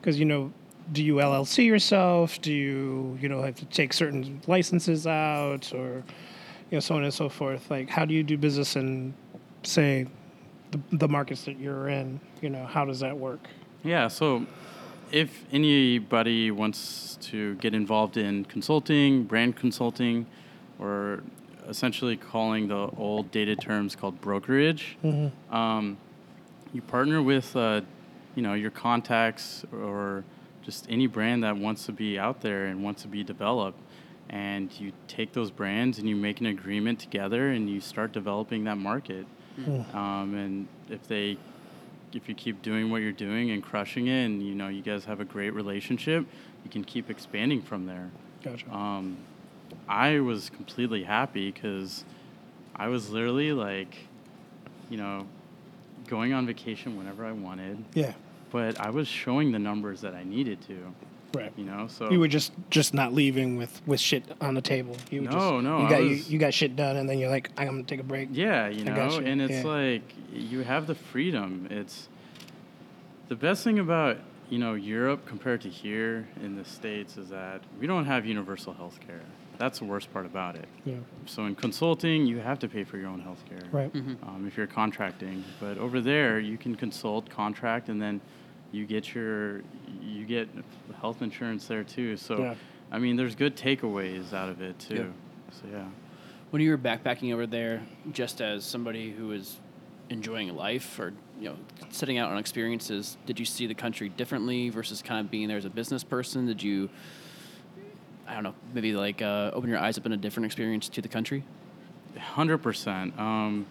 because you know. Do you LLC yourself? Do you, you know, have to take certain licenses out, or you know, so on and so forth. Like, how do you do business in, say, the, the markets that you're in? You know, how does that work?
yeah, so if anybody wants to get involved in consulting, brand consulting, or essentially calling the old dated terms called brokerage, um, you partner with uh, you know your contacts or just any brand that wants to be out there and wants to be developed and you take those brands and you make an agreement together and you start developing that market um, and if they if you keep doing what you're doing and crushing it and you know you guys have a great relationship you can keep expanding from there
Gotcha.
um, I was completely happy because I was literally like, you know, going on vacation whenever I wanted,
yeah,
but I was showing the numbers that I needed to,
right.
you know. So
You were just just not leaving with with shit on the table. You were
No,
just,
no,
You
I
got you,
was-
you got shit done, and then you're like, I'm gonna take a break.
yeah, you
I
know,
got you,
and it's
yeah.
like you have the freedom. It's the best thing about you know Europe compared to here in the states is that we don't have universal health care. That's the worst part about it.
Yeah.
So in consulting, you have to pay for your own health care.
Right.
um, if you're contracting. But over there, you can consult, contract, and then you get your you get health insurance there too. So,
Yeah.
I mean, there's good takeaways out of it too.
Yeah.
So yeah,
When you were backpacking over there, just as somebody who was enjoying life or you know setting out on experiences, did you see the country differently versus kind of being there as a business person? Did you, I don't know, maybe like uh, open your eyes up in a different experience to the country?
hundred percent. Um,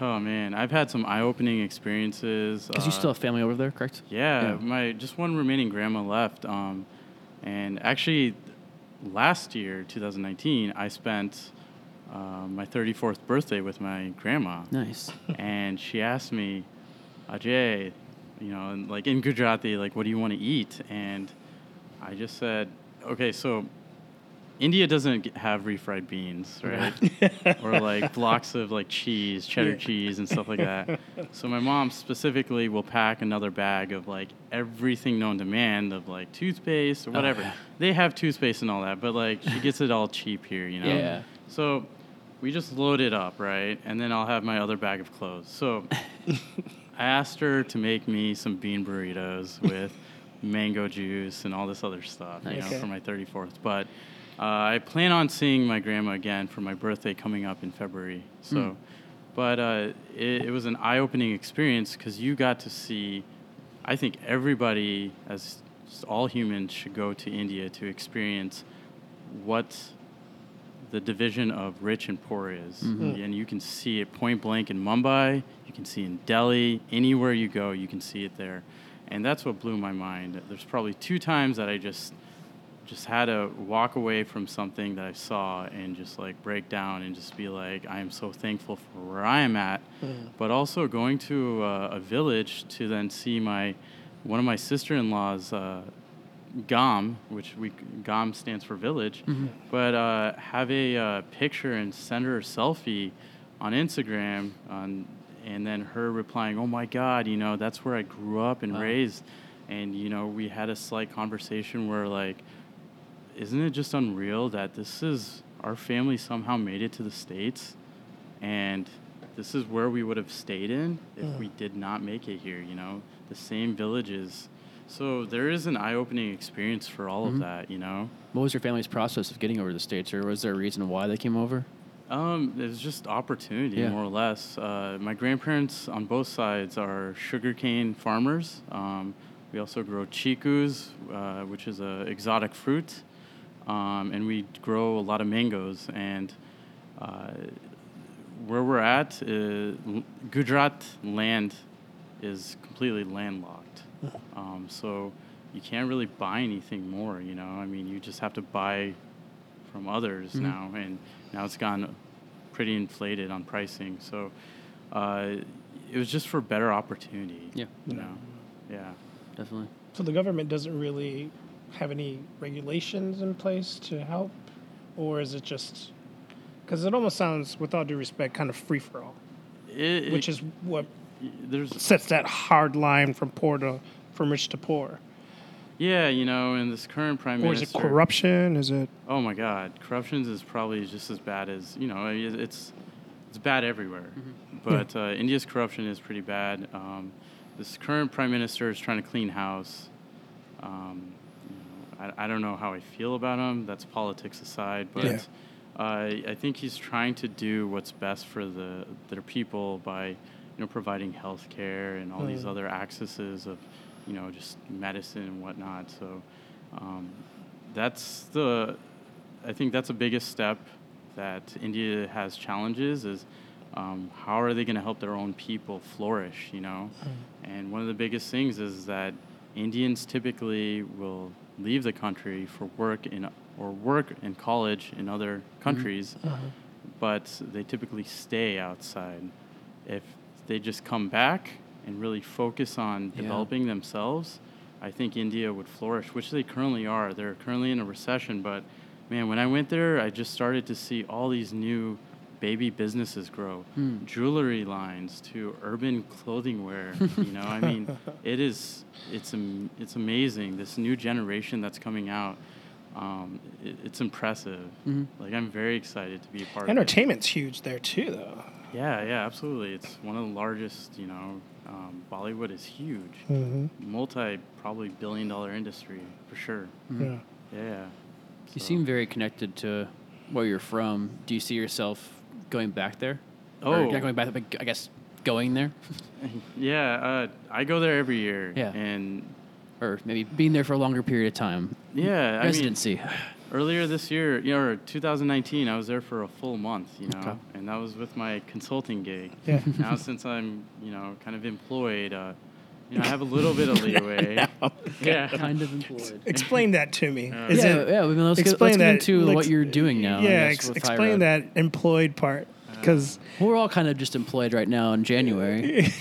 oh man, I've had some eye-opening experiences.
Because you
Uh,
still have family over there, correct?
Yeah,
Yeah.
my just one remaining grandma left. Um, and actually, last year, 2019, I spent uh, my 34th birthday with my grandma.
Nice.
and she asked me, Ajay, you know, and like in Gujarati, like, what do you want to eat? And I just said, okay, so India doesn't g- have refried beans, right? or like blocks of like cheese, cheddar
Yeah.
cheese, and stuff like that. so my mom specifically will pack another bag of like everything known to man of like toothpaste or whatever.
yeah.
They have toothpaste and all that, but like she gets it all cheap here, you know? know?
Yeah.
So we just load it up, right? And then I'll have my other bag of clothes. So I asked her to make me some bean burritos with mango juice and all this other stuff, you know,
Nice.
for my 34th. But uh, I plan on seeing my grandma again for my birthday coming up in February. So, but uh, it, it was an eye-opening experience because you got to see. I think everybody, as all humans, should go to India to experience what the division of rich and poor is. And you can see it point blank in Mumbai, you can see in Delhi, anywhere you go, you can see it there. And that's what blew my mind. There's probably two times that I just just had to walk away from something that I saw and just like break down and just be like, I am so thankful for where I am at. But also going to uh, a village to then see my one of my sister-in-laws uh, GOM, which we GOM stands for village, but uh, have a uh, picture and send her a selfie on Instagram, on, and then her replying, "Oh my God, you know that's where I grew up and raised," and you know we had a slight conversation where like, isn't it just unreal that this is our family somehow made it to the states, and this is where we would have stayed in if we did not make it here. You know, the same villages. So there is an eye-opening experience for all of that. You know.
What was your family's process of getting over to the states, or was there a reason why they came over?
Um, it was just opportunity,
Yeah.
more or less. Uh, my grandparents on both sides are sugarcane farmers. Um, we also grow chikus, uh, which is a exotic fruit, um, and we grow a lot of mangoes. And uh, where we're at, uh, Gujarat land is completely landlocked. Um, so you can't really buy anything more. You know,
Mm-hmm.
I mean, you just have to buy from others now, and now it's gone pretty inflated on pricing. So uh, it was just for better opportunity.
Yeah.
You know? Yeah.
Definitely.
So the government doesn't really have any regulations in place to help, or is it just
Because it almost sounds, with all due respect, kind of free for all,
It,
which
it-
is what
there's
sets that hard line from poor to from rich to poor.
yeah you know in this current prime
Or is it
minister
corruption? Is it
oh my god corruptions is probably just as bad as you know I mean, it's it's bad everywhere but uh, india's corruption is pretty bad um, this current prime minister is trying to clean house um, you know, I, I don't know how i feel about him that's politics aside but
Yeah.
uh, i think he's trying to do what's best for the their people by you know providing health care and all these other accesses of you know just medicine and whatnot so um, that's the I think that's the biggest step that India has challenges is um, how are they going to help their own people flourish, you know? And one of the biggest things is that Indians typically will leave the country for work in or work in college in other countries, but they typically stay outside. If they just come back and really focus on
Yeah.
developing themselves, I think India would flourish, which they currently are. They're currently in a recession, but man, when I went there, I just started to see all these new baby businesses grow jewelry lines to urban clothing wear you know i mean it is it's am- it's amazing this new generation that's coming out um, it, it's impressive like i'm very excited to be a part of it
entertainment's huge there too, though.
yeah, yeah, absolutely. It's one of the largest, you know, um, Bollywood is huge. Multi, probably billion dollar industry for sure.
Yeah.
Yeah.
You
So-
seem very connected to where you're from. Do you see yourself going back there? Or
Oh.
not going back, but I guess going there,
Yeah, uh, I go there every year.
Yeah.
And
or maybe being there for a longer period of time.
yeah, I mean,
Residency. [LAUGHS]
earlier this year, you know, or 2019, I was there for a full month, you know,
Okay.
and that was with my
[LAUGHS]
consulting gig.
Yeah.
now since I'm, you know, kind of employed, uh, you know, I have a
[LAUGHS]
little bit of leeway. Yeah.
kind of employed.
[LAUGHS] Explain that to me. Is
yeah,
it
yeah. I mean, let's, get,
explain
let's
that,
get into
like,
what you're doing now. I
yeah,
guess,
ex-
with High
explain
Road.
that employed part [LAUGHS] because
We're all kind of just employed right now in January.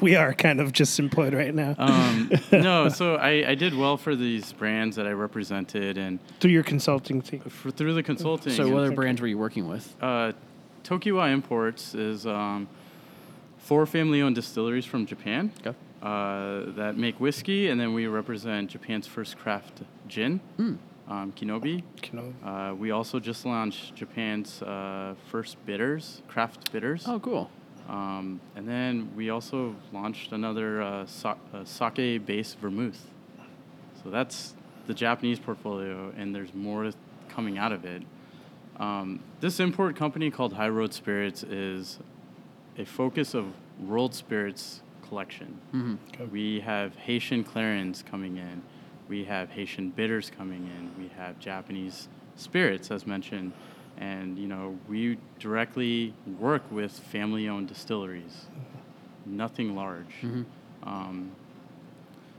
we are kind of just employed right now
Uh, [LAUGHS]
Um, no, so I, I did well for these brands that I represented and
through your consulting team.
for, through the consulting.
so,
and-
what other brands were you working with?
uh, Tokiwa Imports is um, four family-owned distilleries from Japan
Okay.
uh, that make whiskey, and then we represent Japan's first craft gin,
Hmm.
um, Kinobi. Uh, we also just launched Japan's uh, first bitters, craft bitters.
Oh, cool.
Um, and then we also launched another uh, sa- uh, sake based vermouth. So that's the Japanese portfolio, and there's more coming out of it. Um, this import company called High Road Spirits is a focus of World Spirits collection. We have Haitian clarins coming in. We have Haitian bitters coming in. We have Japanese spirits, as mentioned. And, you know, we directly work with family owned distilleries, nothing large.
Mm-hmm.
Um,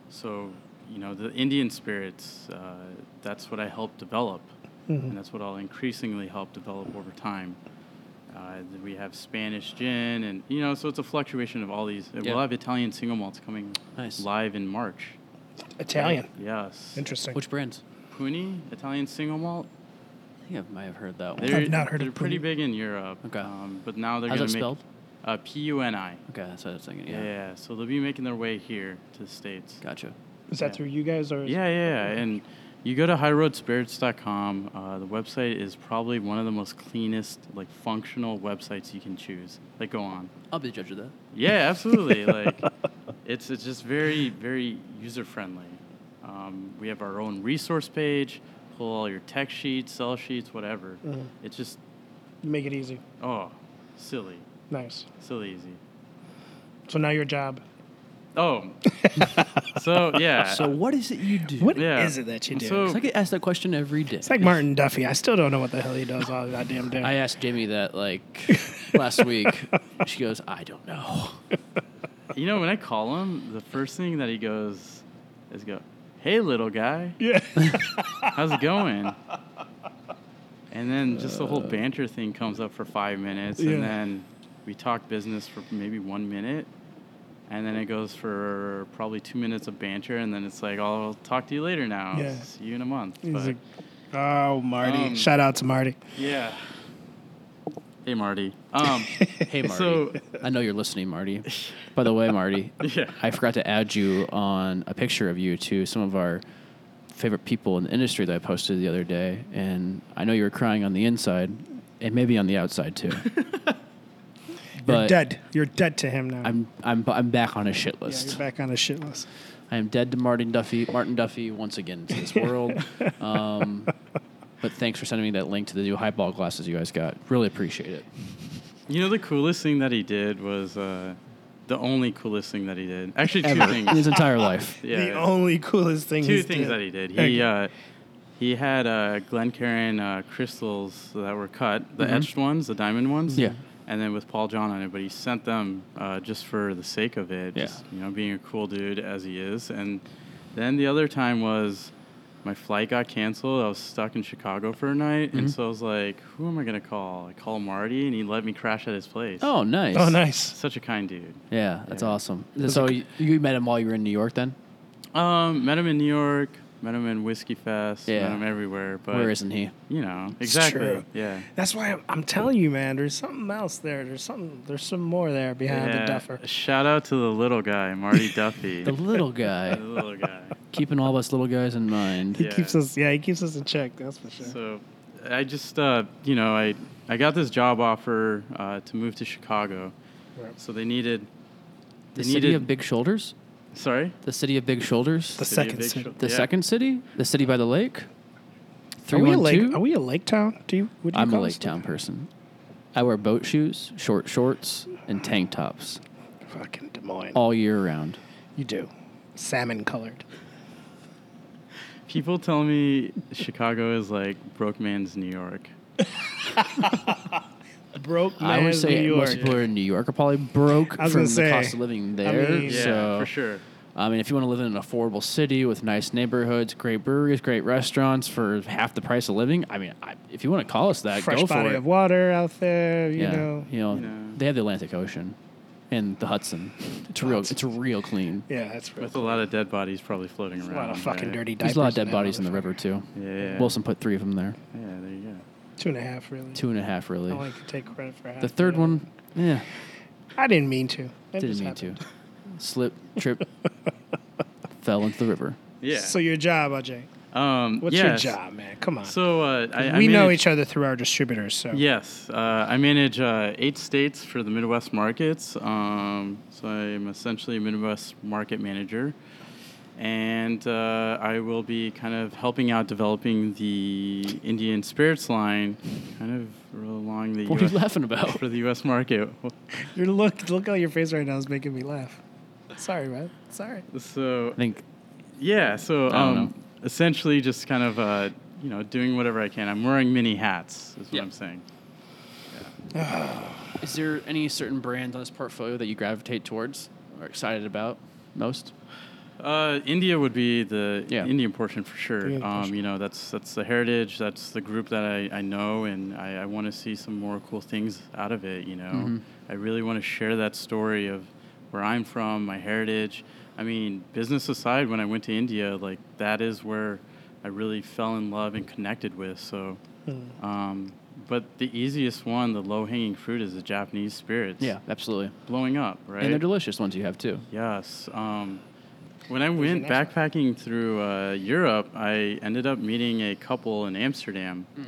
so, you know, the Indian spirits, uh, that's what I help develop.
Mm-hmm.
And that's what I'll increasingly help develop over time. Uh, then we have Spanish gin, and, you know, so it's a fluctuation of all these.
Yeah.
We'll have Italian single malts coming
Nice.
live in March.
Italian.
Yes.
Interesting.
Which brands?
Puni, Italian single malt.
I think I might have heard that one.
They're,
not heard of
they're pretty
Puni.
big in Europe.
Okay.
Um, but now they're
How's
going
it
to make.
spelled?
Uh, P U N I.
Okay, that's what I was thinking.
Yeah.
Yeah.
So they'll be making their way here to the States.
Gotcha.
is that
yeah.
through you guys or? is-
Yeah, yeah, yeah. And you go to highroadspirits.com. Uh, the website is probably one of the most cleanest, like functional websites you can choose. Like, go on.
I'll be the judge of that.
Yeah, absolutely. like, it's it's just very very user friendly. Um, we have our own resource page. Pull all your tech sheets, cell sheets, whatever. It's just
You make it easy.
oh, silly,
Nice.
silly easy.
So now your job.
Oh, so yeah.
So, what is it you do?
What is
Yeah.
it that you do?
So-
'Cause I get asked that question every day.
it's like Martin Duffy. I still don't know what the hell he does all that damn day. [LAUGHS]
I asked Jamie that like last week. She goes, I don't know.
You know, when I call him, the first thing that he goes is go, "Hey, little guy,
yeah. [LAUGHS]
how's it going?" And then just the whole banter thing comes up for five minutes,
Yeah.
and then we talk business for maybe one minute, and then it goes for probably two minutes of banter, and then it's like, "I'll talk to you later now.
Yeah.
See you in a month."
He's
But-
like, oh, Marty.
Um,
Shout out to Marty.
yeah. Hey, Marty.
[LAUGHS]
Um,
Hey, Marty.
So-
I know you're listening, Marty. By the way, Marty,
Yeah.
I forgot to add you on a picture of you to some of our favorite people in the industry that I posted the other day. And I know you were crying on the inside and maybe on the outside too.
You're
but
dead. You're dead to him now.
I'm, I'm, I'm back on his shit
yeah,
list.
you're back on the shit list.
I am dead to Martin Duffy. Martin Duffy once again to this world. um, but thanks for sending me that link to the new highball glasses you guys got. Really appreciate it.
you know the coolest thing that he did was uh, the only coolest thing that he did. Actually, two
Ever in
things. [LAUGHS]
his entire life.
Yeah.
the only coolest thing.
two
he's
things
did.
that he did. He
Okay.
uh, he had uh, Glencairn uh, crystals that were cut, the etched ones, the diamond ones.
Mm-hmm. Yeah.
And then with Paul John on it, but he sent them uh, just for the sake of it.
Yeah.
Just, you know, being a cool dude as he is. And then the other time was my flight got canceled. I was stuck in Chicago for a night,
Mm-hmm.
and so I was like, "Who am I gonna call?" I call Marty, and he let me crash at his place.
Oh, nice.
Oh, nice.
Such a kind dude.
Yeah, that's
Yeah.
awesome. So you, you met him while you were in New York then?
Um, met him in New York. Met him in Whiskey Fest.
Yeah.
Met him everywhere. But
Where isn't he?
you know
It's
exactly
true.
yeah
That's why I'm, I'm telling you, man. There's something else there. There's something. There's some more there behind
yeah.
the duffer.
shout out to the little guy
[LAUGHS]
marty duffy
The
the
little guy.
little guy
Keeping all of us little guys in mind.
He
Yeah.
keeps us. Yeah, he keeps us in check. That's for sure.
so i just uh, you know i i got this job offer uh, to move to chicago
Right.
so they needed
The
they
city
needed
of big shoulders?
sorry
The city of big shoulders?
The
The,
City of
second
Big
city.
Shou- yeah.
second city? The city by the lake?
are we a
312?
lake? Are we a lake town? Do you? What do you
I'm a
call us?
lake town person. I wear boat shoes, short shorts, and tank tops
Fucking Des Moines.
all year round.
You do. Salmon colored.
people tell me chicago is like broke man's new york
Broke
I would say most people are in New York are probably broke
I was
from
gonna
the
say,
cost of living there.
mean-
yeah
so
for sure
I mean, if you want to live in an affordable city with nice neighborhoods, great breweries, great restaurants for half the price of living, I mean, I, if you want to call us that,
Fresh
go for
body
it.
of water out there. You
yeah,
know.
you know,
You know.
they have the Atlantic Ocean and the Hudson. It's real. It's real clean.
Yeah, that's real.
with a lot of dead bodies probably floating
A
around
lot of fucking
right?
dirty diapers.
There's a lot of
in
dead
that
bodies in the
motherfucker.
river too.
yeah
Wilson put three of them there.
yeah there you go
Two and a half, really.
Two and a half,
I
really.
like to take credit for half.
The third
yeah.
one, yeah,
I didn't mean to. It
didn't
just
mean
happened.
to. Slip, trip,
[LAUGHS]
fell into the river.
yeah
So your job, Ajay.
um
What's
yes.
your job, man? Come on.
so uh, I,
we
I
know
manage-
each other through our distributors, so
Yes, uh, I manage uh, eight states for the Midwest markets. Um, so I'm essentially a Midwest market manager, and uh, I will be kind of helping out developing the Indian spirits line, kind of along the
What are
US,
you
[LAUGHS]
laughing about?
[LAUGHS]
for the U.S. market.
your look look on your face right now is making me laugh. Sorry, man. Sorry.
So
I think
yeah, so
don't
um, essentially just kind of uh, you know doing whatever I can. I'm wearing many hats, is what
Yeah.
I'm saying.
Is there any certain brands on this portfolio that you gravitate towards or excited about most?
Uh, India would be the
Yeah.
Indian portion for sure.
Indian
um,
portion.
you know, that's that's the heritage. That's the group that I, I know, and I, I want to see some more cool things out of it. You know,
Mm-hmm.
I really want to share that story of where I'm from, my heritage. I mean, business aside, when I went to India, like that is where I really fell in love and connected with. So,
Hmm.
um, but the easiest one, the low hanging fruit, is the Japanese spirits.
Yeah, absolutely.
blowing up, right?
And they're delicious ones you have too.
Yes. Um, when I
your
went
next
backpacking through uh, Europe, I ended up meeting a couple in Amsterdam,
Hmm.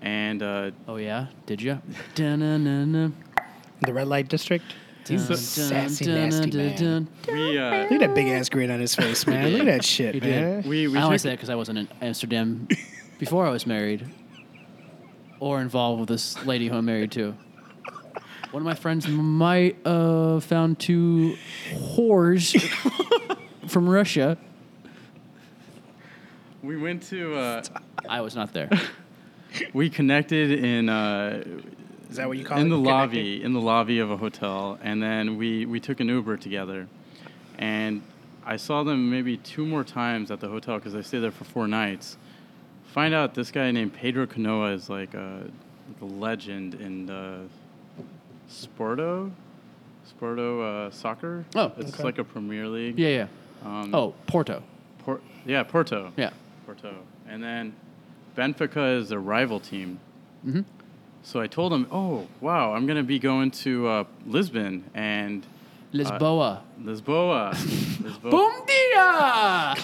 and uh,
Oh yeah, did you?
The red light district.
He's
a sassy, nasty man.
we uh,
Look at that big ass grin on his face, man. Look at that
[LAUGHS]
shit,
He
man.
did.
we we
I only say
took-
that because I wasn't in Amsterdam [LAUGHS] before I was married, or involved with this lady who I'm married to. One of my friends might have found two [LAUGHS] whores from Russia.
we went to uh,
I was not there.
we connected in uh,
Is that what you call it?
in the
Connecting?
lobby in the lobby of a hotel, and then we we took an Uber together, and I saw them maybe two more times at the hotel because I stayed there for four nights. find out this guy named Pedro Canoa is like a, like a legend in the Sporto, Sporto uh, soccer.
Oh.
it's
Okay.
like a Premier League.
Yeah, yeah.
Um,
Oh, Porto.
Por- yeah, Porto.
Yeah.
Porto. And then Benfica is their rival team.
Mhm.
So I told him, oh, wow, I'm going to be going to uh, Lisbon and
Lisboa.
Lisboa. Lisboa.
Bom dia!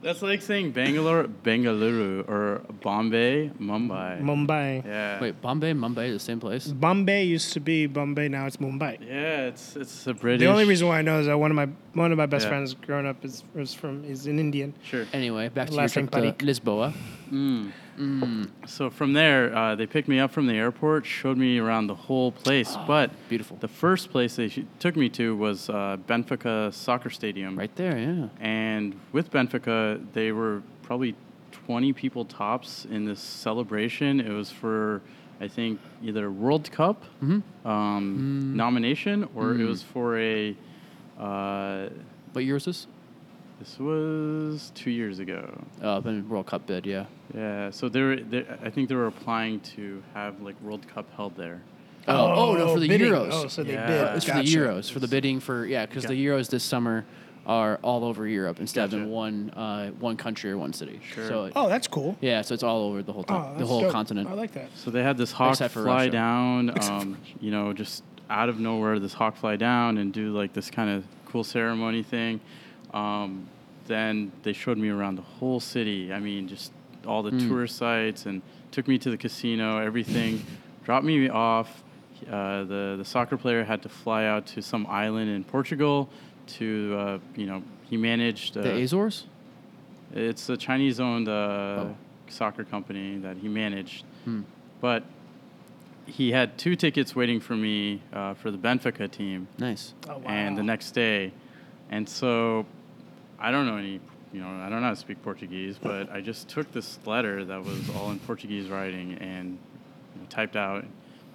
That's like saying Bangalore, Bengaluru, or Bombay, Mumbai.
Mumbai.
[LAUGHS]
yeah.
Wait, Bombay and Mumbai are the same place?
Bombay used to be Bombay, now it's Mumbai.
Yeah, it's it's a British.
The only reason why I know is that one of my one of my best
Yeah.
friends growing up is was from is an Indian.
Sure.
Anyway, back to
Last
your
name
trip to Lisboa.
So from there, uh, they picked me up from the airport, showed me around the whole place. but
beautiful.
The first place they sh- took me to was uh, Benfica Soccer Stadium.
Right there, yeah.
And with Benfica, they were probably 20 people tops in this celebration. It was for, I think, either World Cup um, nomination or it was for a. Uh,
What year was this?
this was two years ago.
Oh, the World Cup bid, yeah.
Yeah, so they were. They, I think they were applying to have like World Cup held there.
Oh, oh, no, for the
bidding.
Euros.
Oh, so they
Yeah.
bid.
It's for the
Gotcha.
Euros for the bidding for yeah, because the Euros this summer are all over Europe instead of
Gotcha.
in one uh, one country or one city.
Sure.
So
Oh, that's cool.
yeah, so it's all over the whole
Oh,
time, the
that's
whole
dope.
continent.
I like that.
So they had this hawk
Except for
fly
Russia. [LAUGHS]
down, um, you know, just out of nowhere, this hawk fly down and do like this kind of cool ceremony thing. Um, then they showed me around the whole city. I mean, just all
Hmm.
the tourist sites and took me to the casino,
[LAUGHS]
everything, dropped me off. Uh, the, the soccer player had to fly out to some island in Portugal to, uh, you know, he managed. Uh,
the Azores.
it's a Chinese owned uh,
Oh. Hmm.
soccer company that he managed. But he had two tickets waiting for me uh, for the Benfica team
Nice.
Oh,
and the next day. And so I don't know any, you know, I don't know how to speak Portuguese, but I just took this letter that was all in Portuguese writing and you know, typed out,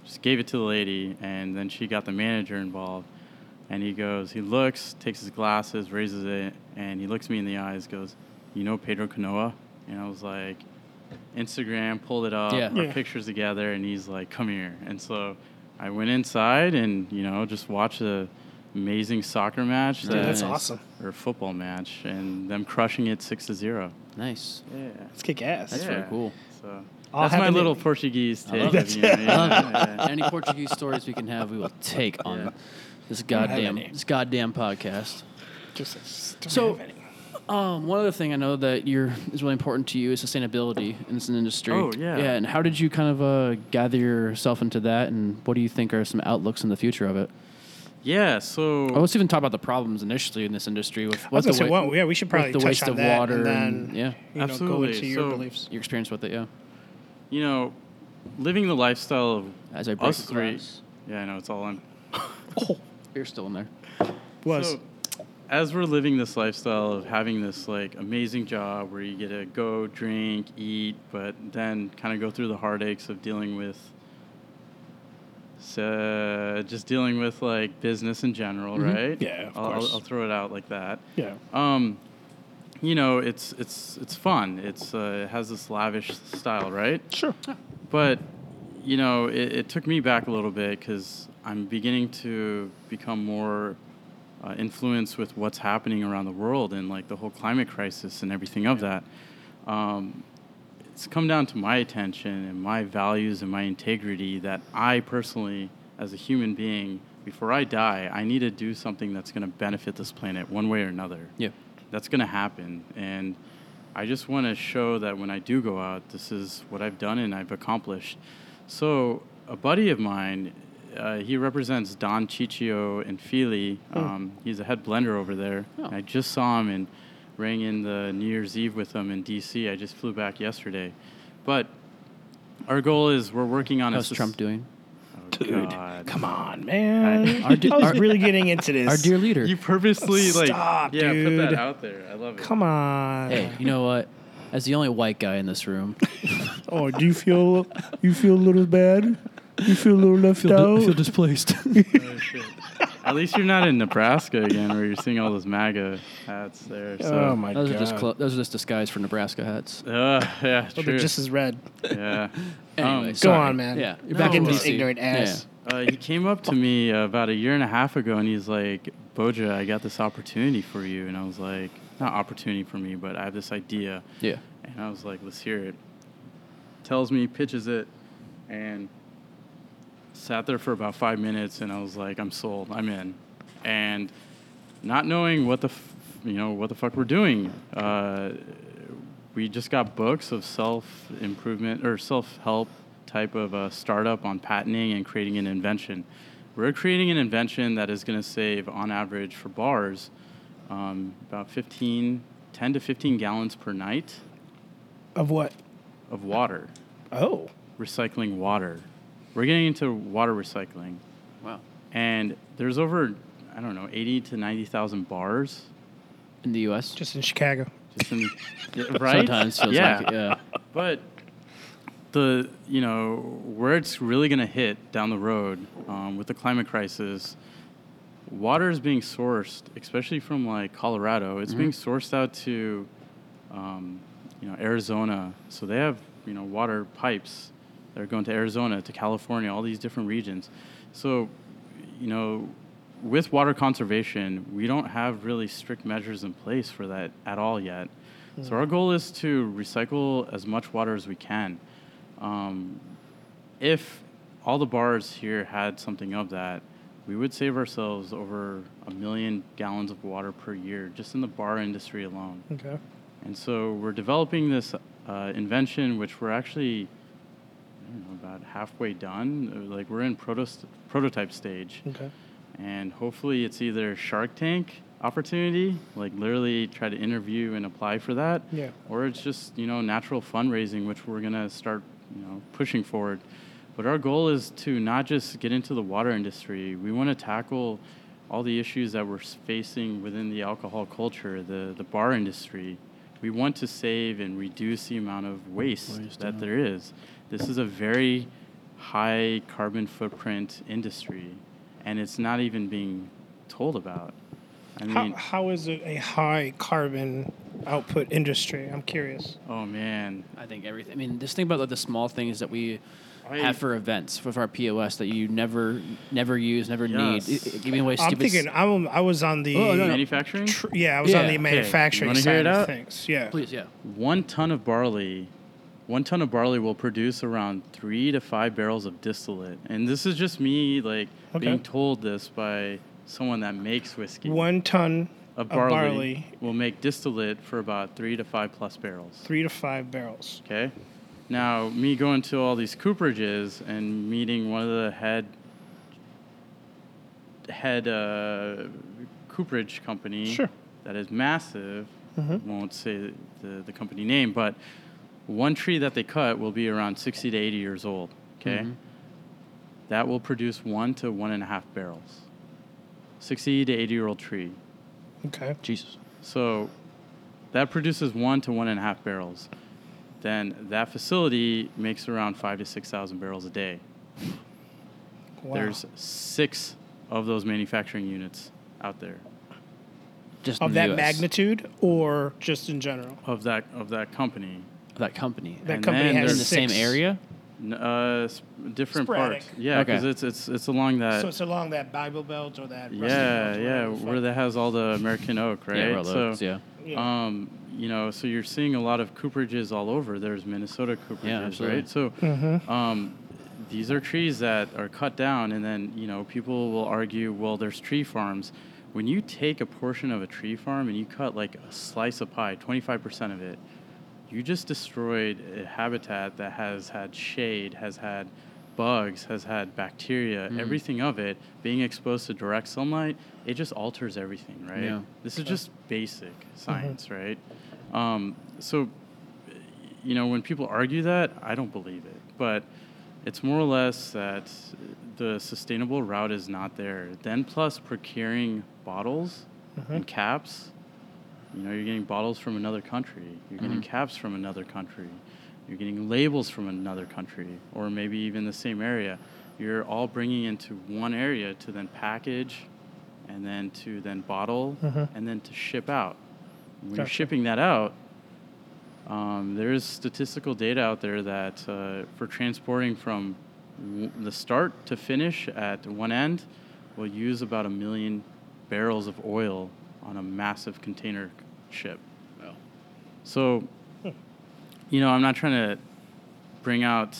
just gave it to the lady, and then she got the manager involved. And he goes, he looks, takes his glasses, raises it, and he looks me in the eyes, goes, You know Pedro Canoa? And I was like, Instagram, pulled it up,
Yeah.
our
Yeah.
pictures together, and he's like, "Come here." And so I went inside and you know just watched the amazing soccer match.
Dude,
that-
that's awesome.
Or football match, and them crushing it six to zero.
Nice.
Yeah,
Let's kick ass.
That's really cool.
So
All
that's my
happened in-
little Portuguese take.
love
of,
it.
you know,
[LAUGHS]
yeah, yeah.
Any Portuguese stories we can have, we will take on
Yeah.
this
have
goddamn
any.
this goddamn podcast.
Just, just don't
So-
have any.
Um, one other thing I know that you're is really important to you is sustainability in this industry.
Oh, yeah.
Yeah, and how did you kind of uh, gather yourself into that, and what do you think are some outlooks in the future of it?
yeah. So
Well, let's even talk about the problems initially in this industry with,
I
with
was gonna
the
say,
wa-
well, yeah, we should
with
probably
the
touch
waste
on
of
that
water
and then
and- yeah.
you know, go
Absolutely.
into your
So-
beliefs.
your experience with it. Yeah,
you know, living the lifestyle of
as I break
us
the
three.
glass.
Yeah, I know it's all on.
You're still in there.
Oh, Was
So, as we're living this lifestyle of having this like amazing job where you get to go drink, eat, but then kind of go through the heartaches of dealing with so just dealing with like business in general, right?
Mm-hmm. Yeah, of
I'll- I'll-
course.
I'll throw it out like that
yeah,
um, you know, it's it's it's fun. It's uh, it has this lavish style, right?
Sure.
But you know, it, it took me back a little bit because I'm beginning to become more uh, influenced with what's happening around the world and like the whole climate crisis and everything of that. Um, it's come down to my attention and my values and my integrity that I personally, as a human being, before I die, I need to do something that's going to benefit this planet one way or another
Yeah.
that's going to happen. And I just want to show that when I do go out, this is what I've done and I've accomplished. So, a buddy of mine, uh, he represents Don Ciccio and Feely.
Hmm.
Um, He's a head blender over there.
Oh.
I just saw him and rang in the New Year's Eve with him in DC. I just flew back yesterday. But our goal is we're working on a.
How's
sus-
Trump doing?
Oh,
dude,
God.
come on, man.
Our
I,
dear-
was
our-
really getting into this.
Our dear leader.
You purposely, like.
Stop,
yeah, put
dude.
that out there. I love it.
Come on.
hey, you know what? As the only white guy in this room,
Oh, do you feel you feel a little bad? You feel a little left [LAUGHS]
I feel displaced.
Oh, shit. At least you're not in Nebraska again, where you're seeing all those MAGA hats there. So.
oh my
Those
god.
are just clo- those are just disguised for Nebraska hats.
Uh, yeah,
Well,
true.
they're Oh, just as red.
yeah.
Anyway,
Um,
so-
Go
Sorry.
on, man.
Yeah,
You're
you're
back
No,
in
uh,
this ignorant ass.
Uh, he came up to me uh, about a year and a half ago, and he's like, "Boja, I got this opportunity for you," and I was like, "Not opportunity for me, but I have this idea."
Yeah.
And I was like, let's hear it. Tells me, pitches it, and sat there for about five minutes, and I was like, I'm sold, I'm in. And not knowing what the, f- you know, what the fuck we're doing, uh, we just got books of self improvement or self help type of a startup on patenting and creating an invention. We're creating an invention that is going to save, on average, for bars, um, about 15, 10 to 15 gallons per night
Of what?
of water,
Oh.
recycling water. We're getting into water recycling.
Wow.
And there's over, I don't know, 80 to 90,000 bars.
In the U.S.
Just in Chicago.
[LAUGHS]
Just in, Yeah, right?
Sometimes feels like it, yeah.
But the you know where it's really going to hit down the road um, with the climate crisis, water is being sourced, especially from like Colorado.
Mm-hmm.
It's being sourced out to um, you know Arizona, so they have you know water pipes that are going to Arizona, to California, all these different regions. So you know. With water conservation, we don't have really strict measures in place for that at all yet. So our goal is to recycle as much water as we can. Um, if all the bars here had something of that, we would save ourselves over a million gallons of water per year just in the bar industry alone.
Okay.
And so we're developing this uh, invention, which we're actually I don't know, about halfway done. Like we're in protos- prototype stage
Okay.
and hopefully it's either Shark Tank opportunity, like literally try to interview and apply for that,
Yeah.
or it's just you know natural fundraising, which we're gonna start you know pushing forward. But our goal is to not just get into the water industry. We want to tackle all the issues that we're s- facing within the alcohol culture, the the bar industry. We want to save and reduce the amount of waste,
Waste,
that
yeah.
there is. This is a very high carbon footprint industry, and it's not even being told about. I
How,
mean,
how is it a high carbon output industry? I'm curious.
oh man,
[LAUGHS] I think everything. I mean, just think about like the small things that we
I-
have for events with our POS that you never, never use, never need.
Yes.
I- I- giving away
I'm
stupid. s-
thinking I'm, I was on the
Oh, no, no.
manufacturing.
tr- yeah I was on
Yeah,
the
okay.
manufacturing
You wanna hear
side
it
of
out?
things. Yeah.
please, yeah.
one ton of barley one ton of barley will produce around three to five barrels of distillate and this is just me like
Okay.
being told this by someone that makes whiskey
One ton
of barley,
barley.
will make distillate for about three to five plus barrels
three to five barrels.
okay now me going to all these cooperages and meeting one of the head head uh, cooperage company
Sure.
that is massive. Won't say the, the, the company name, but one tree that they cut will be around 60 to 80 years old. Okay. That will produce one to one and a half barrels. 60 to 80 year old tree.
Okay.
Jesus.
So that produces one to one and a half barrels. Then that facility makes around five to 6,000 barrels a day.
Wow.
There's six of those manufacturing units out there.
Just in
of
the
that
US.
magnitude or just in general?
of that of that company.
Of that company.
That
And
company
then
has
They're in the
six.
same area.
N- Uh, s- different
Sporadic.
parts. Yeah,
Okay.
because it's it's it's along that.
So it's along that Bible Belt or that. Rusty
yeah,
Belt or
yeah,
whatever the
where
fuck.
that has all the American oak, right?
Yeah, Royal
so,
Oaks, yeah.
Yeah.
um, you know, so you're seeing a lot of cooperages all over. There's Minnesota cooperages,
absolutely.
right? So, um, these are trees that are cut down, and then you know people will argue, well, there's tree farms. When you take a portion of a tree farm and you cut like a slice of pie, 25% of it, you just destroyed a habitat that has had shade, has had bugs, has had bacteria, everything of it being exposed to direct sunlight, it just alters everything, right?
Yeah.
This is just basic science, right? Um, so, you know, when people argue that, I don't believe it. But it's more or less that the sustainable route is not there. Then, plus procuring bottles and caps, you know, you're getting bottles from another country, you're getting caps from another country, you're getting labels from another country, or maybe even the same area. You're all bringing into one area to then package and then to then bottle
Mhm.
and then to ship out. When you're
Gotcha.
shipping that out, um, there is statistical data out there that uh, for transporting from w- the start to finish at one end, will use about a million barrels of oil on a massive container ship. So, you know, I'm not trying to bring out,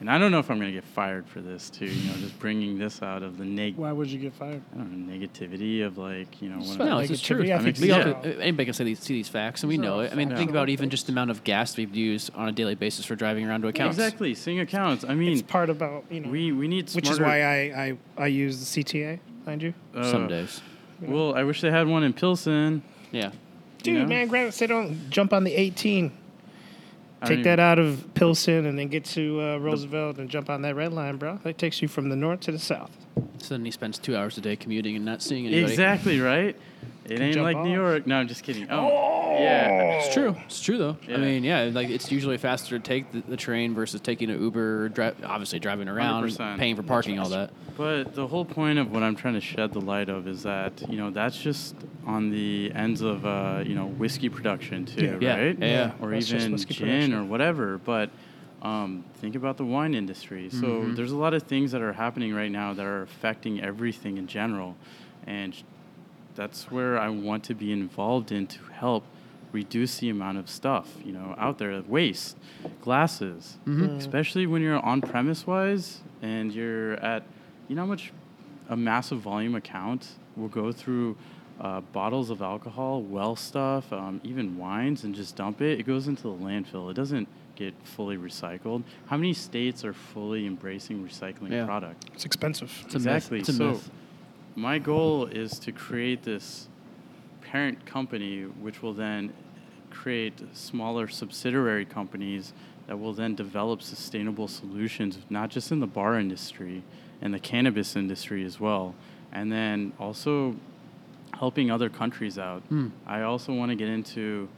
and I don't know if I'm going to get fired for this too. You know, just bringing this out of the neg-
Why would you get fired?
I don't know, negativity of like, you know,
It's
one
fine.
of
No,
the-
it's the
Negativity,
truth.
I
I mean,
think
we
so.
all
Yeah.
could- anybody can say these, see these facts, and we
These are
know
all
it. I mean,
facts.
think
Yeah.
about even just the amount of gas we've used on a daily basis for driving around to accounts.
exactly seeing accounts. I mean,
it's part about you know,
we we need
which is
smarter-
why I, I I use the CTA. Mind you,
uh,
Some days.
Well, I wish they had one in Pilsen.
Yeah.
dude,
know?
man, grab it. Sit on, jump on the 18.
I
Take
don't
that out of Pilsen and then get to uh, Roosevelt and jump on that red line, bro. That takes you from the north to the south.
So then he spends two hours a day commuting and not seeing
even-
anybody.
Exactly right. It ain't
jump
like New
off.
York. No, I'm just kidding. Oh, yeah.
It's true. It's true though.
Yeah.
I mean, yeah, like it's usually faster to take the, the train versus taking an Uber. Or dri- obviously, driving around,
100%.
paying for parking, all that.
But the whole point of what I'm trying to shed the light of is that you know that's just on the ends of uh, you know whiskey production
Yeah.
too,
Yeah.
right?
Yeah, yeah.
Or
That's just
even
whiskey
gin
production.
or whatever. But um, think about the wine industry. So
Mm-hmm.
there's a lot of things that are happening right now that are affecting everything in general, and sh- that's where I want to be involved in to help reduce the amount of stuff you know out there waste glasses especially when you're on premise wise and you're at you know how much a massive volume account will go through uh, bottles of alcohol well stuff um, even wines and just dump it it goes into the landfill it doesn't get fully recycled how many states are fully embracing recycling
Yeah.
product
It's expensive.
It's a myth. It's a
so,
myth.
my goal is to create this parent company, which will then create smaller subsidiary companies that will then develop sustainable solutions, not just in the bar industry and the cannabis industry as well, and then also helping other countries out. I also want to get into.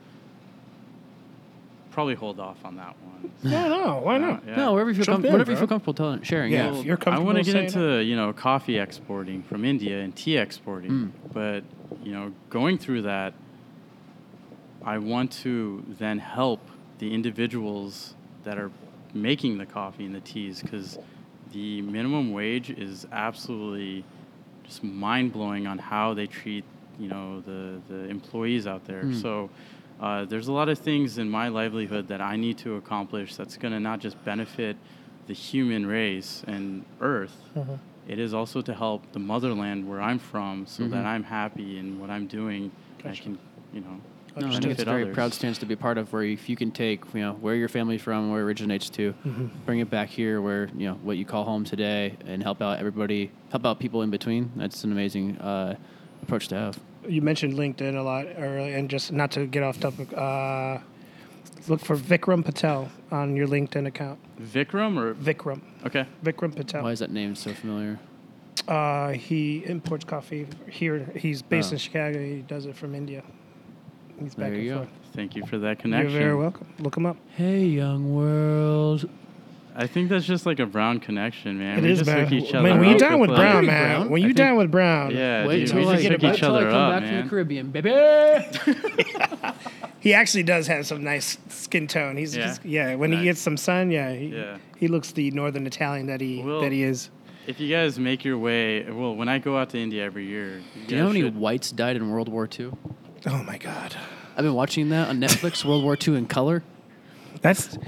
Probably hold off on that one.
No, no, why not?
Yeah.
No, wherever you feel,
Jump
com-
in,
whatever you
bro.
feel comfortable telling, sharing. Yeah.
Yeah.
Well,
if you're
I want to
comfortable
get
saying
into you know coffee exporting from India and tea exporting,
Hmm.
but you know going through that, I want to then help the individuals that are making the coffee and the teas because the minimum wage is absolutely just mind blowing on how they treat you know the the employees out there. So. Uh, there's a lot of things in my livelihood that I need to accomplish that's going to not just benefit the human race and Earth. It is also to help the motherland where I'm from, so that I'm happy in what I'm doing. I can, you know,
No, I think it's a
benefit
very
others.
proud stance to be part of. Where if you can take, you know, where your family's from, where it originates to, bring it back here, where you know what you call home today, and help out everybody, help out people in between. That's an amazing uh, approach to have.
You mentioned LinkedIn a lot earlier, and just not to get off topic, uh, look for Vikram Patel on your LinkedIn account.
Vikram or
Vikram,
okay,
Vikram Patel.
Why is that name so familiar?
Uh, he imports coffee here. He's based
Oh.
in Chicago. He does it from India. He's back
There
and
you go.
forth.
thank you for that connection.
You're very welcome. Look him up.
Hey, young world.
I think that's just like a brown connection, man.
It
we
is
just
Brown.
hook each other
Man, when
up
you down with
like-
Brown,
Pretty
man.
brown.
When you
think-
down with Brown,
Yeah,
Wait
dude,
till
we
I,
just
get
hook
wait
each
till I
other
come
up,
back from
man.
the Caribbean, baby.
he actually does have some nice skin tone. He's
Yeah.
yeah. Just, yeah when
Nice.
he gets some sun, yeah, he,
Yeah.
he looks the northern Italian that he
Well,
that he is.
If you guys make your way, well, when I go out to India every year, you
Do you know how
guys
many
should-
whites died in World War II?
Oh my god,
I've been watching that on [LAUGHS] Netflix, World War II in color.
that's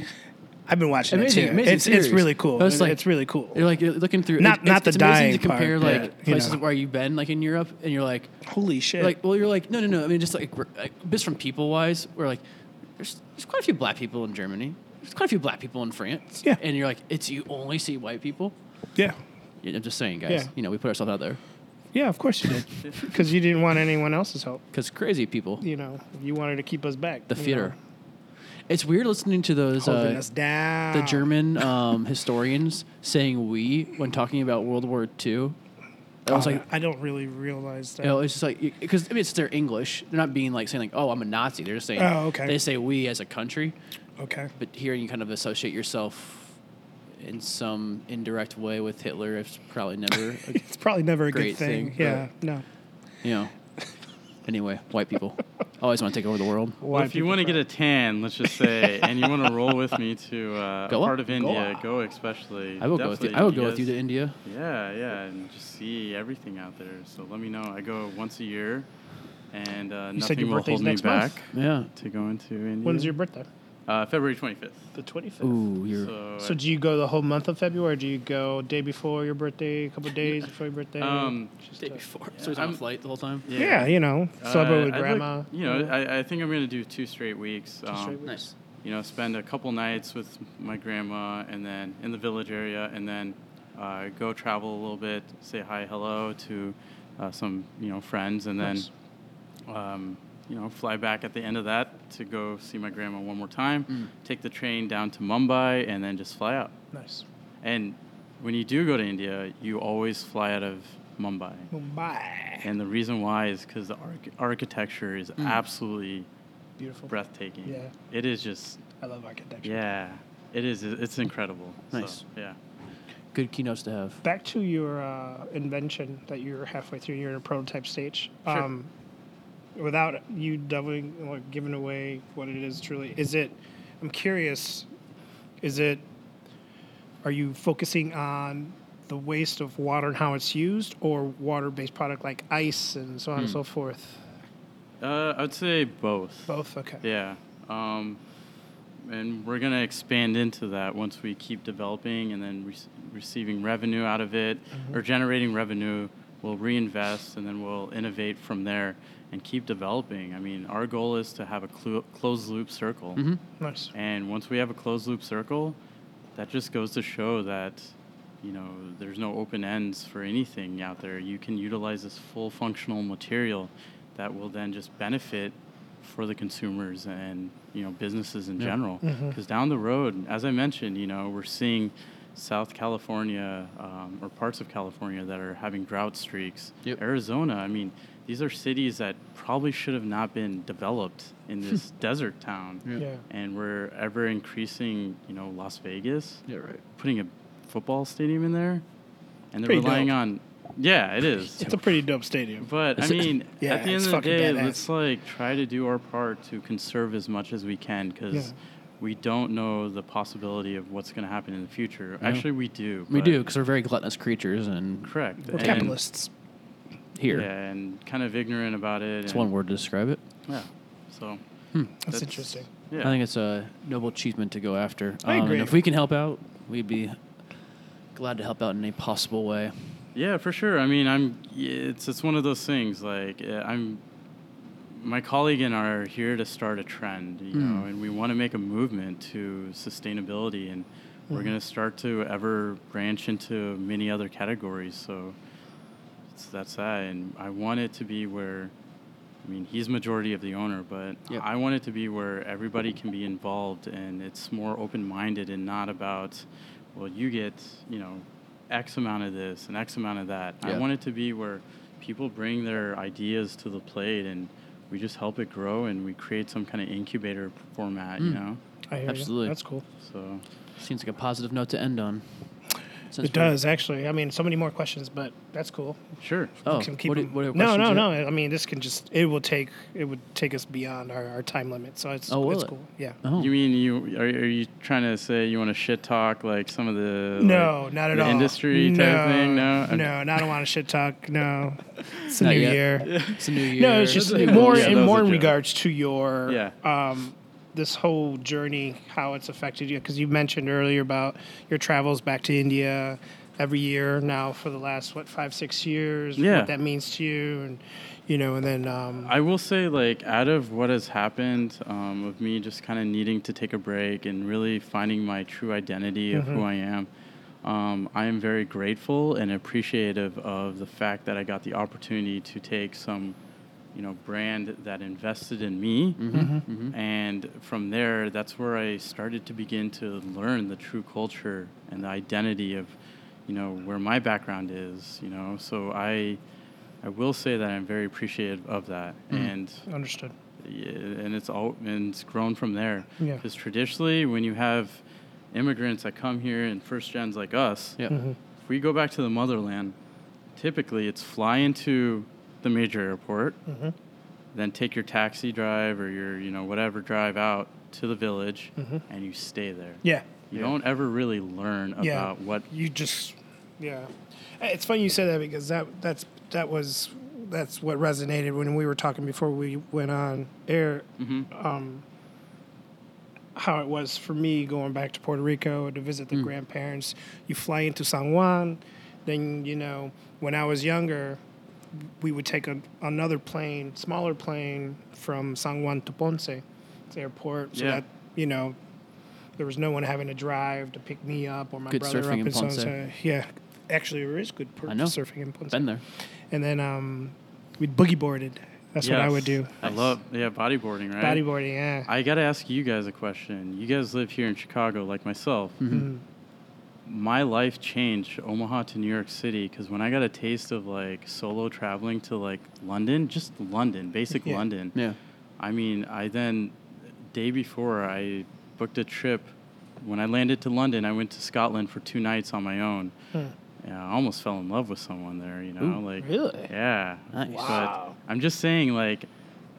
I've been watching
Amazing-
it too.
amazing
it's it's
series.
really cool.
But it's
It's,
like-
really cool.
You're like you're looking through.
Not-
it's,
not
it's,
the
it's amazing
dying
to compare
part,
like
but, you
places
know.
where you've been, like in Europe, and you're like,
Holy shit!
like, well, you're like, no, no, no. I mean, just like like, just from people wise, we're like, there's, there's quite a few black people in Germany. There's quite a few black people in France.
Yeah.
And you're like, it's you only see white people.
yeah,
Yeah, I'm just saying, guys.
Yeah.
You know, we put ourselves out there
yeah. Of course you did,
[LAUGHS]
because you didn't want anyone else's help.
because crazy people.
You know, you wanted to keep us back.
The
you know,
theater. It's weird listening to those
holding
uh,
us down.
the
[LAUGHS]
German um, historians saying "we" when talking about World War II. I was
Oh,
like,
I don't really realize that.
you know, it's just like because I mean, it's their English. They're not being like saying like, "Oh, I'm a Nazi." They're just saying,
Oh, okay.
They say "we" as a country,
okay.
but here you kind of associate yourself in some indirect way with Hitler. It's probably never.
It's probably never a
Great
good thing.
thing,
Yeah, no.
you know. Anyway, white people always want to take over the world.
Well, if you want to get a tan, let's just say, and you want to roll with me to uh, a
Goa?
part of India,
Goa.
Goa especially.
I will go with you.
definitely,
I will go with you
guys-
to India.
Yeah, yeah, and just see everything out there. So let me know. I go once a year, and uh,
You said
nothing
your
will
birthday's
hold me
next
back
month.
Yeah.
to go into India.
When's your birthday?
uh, February twenty fifth?
The 25th.
Ooh, you're
So,
So do you go the whole month of February? Or do you go day before your birthday, a couple of days before your birthday?
um,
Just
day
to-
before. so he's on a
I'm-
flight the whole time.
yeah,
Yeah, you know,
Uh,
sober
I'd
with
like-
grandma.
you know, I, I think I'm gonna do two straight weeks. um,
straight weeks.
Nice.
you know, spend a couple nights with my grandma and then in the village area and then uh, go travel a little bit, say hi, hello to uh, some, you know, friends and then,
Nice.
um, you know, fly back at the end of that to go see my grandma one more time, take the train down to Mumbai and then just fly out.
nice.
And when you do go to India, you always fly out of Mumbai.
Mumbai.
And the reason why is because the arch- architecture is absolutely
Beautiful.
breathtaking.
Yeah.
It is just
I love architecture.
yeah, it is. It's incredible. So,
Nice.
yeah.
Good keynotes to have.
Back to your uh, invention that you're halfway through, you're in a prototype stage.
Sure.
Um, without you doubling or giving away what it is truly, is it? I'm curious. Is it? Are you focusing on the waste of water and how it's used, or water-based product like ice and so on
Hmm.
and so forth?
Uh, I'd say both.
Both. Okay.
Yeah. Um, and we're gonna expand into that once we keep developing and then re- receiving revenue out of it or generating revenue. We'll reinvest and then we'll innovate from there and keep developing. I mean, our goal is to have a clu- closed loop circle.
Nice.
And once we have a closed loop circle, that just goes to show that, you know, there's no open ends for anything out there. You can utilize this full functional material that will then just benefit for the consumers and, you know, businesses in general.
Mm-hmm.
Because down the road, as I mentioned, you know, we're seeing South California um, or parts of California that are having drought streaks.
Yep.
Arizona, I mean, these are cities that probably should have not been developed in this
[LAUGHS]
desert town
Yeah.
Yeah.
and we're ever increasing, you know, Las Vegas,
Yeah, right.
putting a football stadium in there, and they're
Pretty
relying
dope.
on. Yeah, it is.
It's a pretty dope stadium.
but I mean,
Yeah,
at the end
it's
of the
fucking
day,
badass.
let's like try to do our part to conserve as much as we can because
Yeah.
we don't know the possibility of what's going to happen in the future. Actually, we do.
We
but-
do because we're very gluttonous creatures and
Correct.
We're
and-
capitalists.
here.
Yeah, and kind of ignorant about it.
It's
and-
one word to describe it. Hmm.
Yeah. So.
That's, interesting.
Yeah.
I think it's a noble achievement to go after. Um,
I
and
agree.
if we can help out, we'd be glad to help out in any possible way.
Yeah, for sure. I mean, I'm. It's it's one of those things. Like uh, I'm, my colleague and I are here to start a trend, you know, and we want to make a movement to sustainability, and we're going to start to ever branch into many other categories. So, it's, that's that, and I want it to be where. I mean, he's majority of the owner, but
Yep.
I want it to be where everybody can be involved and it's more open-minded and not about, well, you get, you know, X amount of this and X amount of that. I
Yeah.
want it to be where people bring their ideas to the plate and we just help it grow and we create some kind of incubator p- format,
Hmm.
you know?
I hear
Absolutely.
You. That's cool.
So,
Seems like a positive note to end on. Since
It
we're-
does.
It's actually. I mean, so many more questions, but that's cool.
sure.
Oh,
Can keep
what do-
them-
what do-
no,
questions
no,
you-
no. I mean, this can just. It will take. It would take us beyond our, our time limit. So it's.
Oh, will
it's
it?
cool. Yeah.
Oh,
You mean you are, are you trying to say you want to shit talk like some of the like,
No, not at
the
all.
industry type
no,
thing? No, I'm-
no, and I don't want to shit
[LAUGHS]
talk. No, it's a
Not
new
yet.
year.
it's a [LAUGHS] new year.
No, it's
[LAUGHS]
just
That's a joke.
more
Yeah, that
and
was
more
a
in
joke.
regards to your
Yeah.
um, this whole journey, how it's affected you. Because you mentioned earlier about your travels back to India every year now for the last what five six years.
Yeah.
what that means to you, and you know, and then um,
I will say, like, out of what has happened um, of me just kind of needing to take a break and really finding my true identity of who I am, um, I am very grateful and appreciative of the fact that I got the opportunity to take some, you know, brand that invested in me. And from there, that's where I started to begin to learn the true culture and the identity of, you know, where my background is, you know. So I. I will say that I'm very appreciative of that, and
understood.
yeah, and it's all and it's grown from there.
Yeah.
Because traditionally, when you have immigrants that come here and first gens like us,
Mm-hmm.
Yeah.
if we go back to the motherland, typically it's fly into the major airport,
Mm-hmm.
then take your taxi drive or your you know whatever drive out to the village,
Mm-hmm.
and you stay there.
Yeah.
You don't ever really learn
Yeah.
about what
You just
Yeah, Uh, it's funny you said that because that that's that was that's what resonated when we were talking before we went on air. Um, how it was for me going back to Puerto Rico to visit the grandparents. You fly into San Juan, then you know when I was younger, we would take a, another plane, smaller plane from San Juan to Ponce, it's the airport. So
Yeah.
that you know. There was no one having to drive to pick me up or my
Good
brother
surfing
up
in
and so on.
Ponce.
So yeah, actually there is good per-
I know.
surfing in Ponce.
Been there.
And then um, we boogie boarded. That's what I
Yes.
would do.
I love yeah bodyboarding right.
Bodyboarding, yeah.
I got to ask you guys a question. You guys live here in Chicago, like myself.
Mm-hmm.
Mm-hmm.
My life changed Omaha to New York City because when I got a taste of like solo traveling to like London, just London, basic
Yeah.
London.
Yeah.
I mean, I then day before I booked a trip. When I landed to London, I went to Scotland for two nights on my own.
Hmm.
Yeah, I almost fell in love with someone there. You know, like
really?
yeah.
Nice.
Wow.
But I'm just saying, like,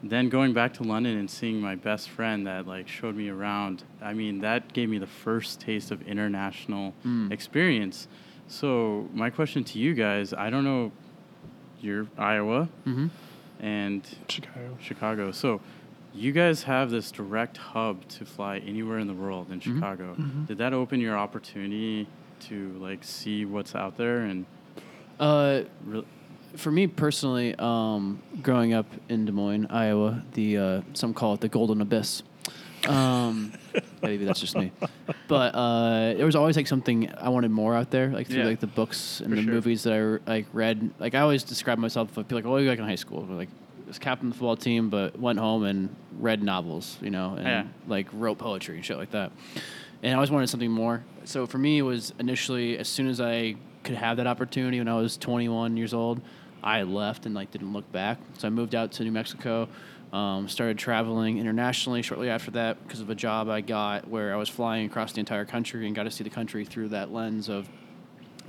then going back to London and seeing my best friend that like showed me around. I mean, that gave me the first taste of international experience. So my question to you guys, I don't know, you're Iowa
Mm-hmm.
and
Chicago.
Chicago. So you guys have this direct hub to fly anywhere in the world in
Mm-hmm.
Chicago. Did that open your opportunity to like see what's out there and
Uh,
really?
for me personally, um, growing up in Des Moines, Iowa, the uh, some call it the golden abyss.
[LAUGHS]
Um, maybe that's just me, but uh, there was always like something I wanted more out there, like through
Yeah.
like the books and
For
the
sure.
movies that I like read. Like I always describe myself like, like, what were you like in high school? Like was captain of the football team, but went home and read novels, you know, and
Yeah.
like wrote poetry and shit like that. And I always wanted something more. So for me, it was initially as soon as I could have that opportunity when I was 21 years old, I left and like didn't look back. So I moved out to New Mexico, um, started traveling internationally shortly after that because of a job I got where I was flying across the entire country and got to see the country through that lens of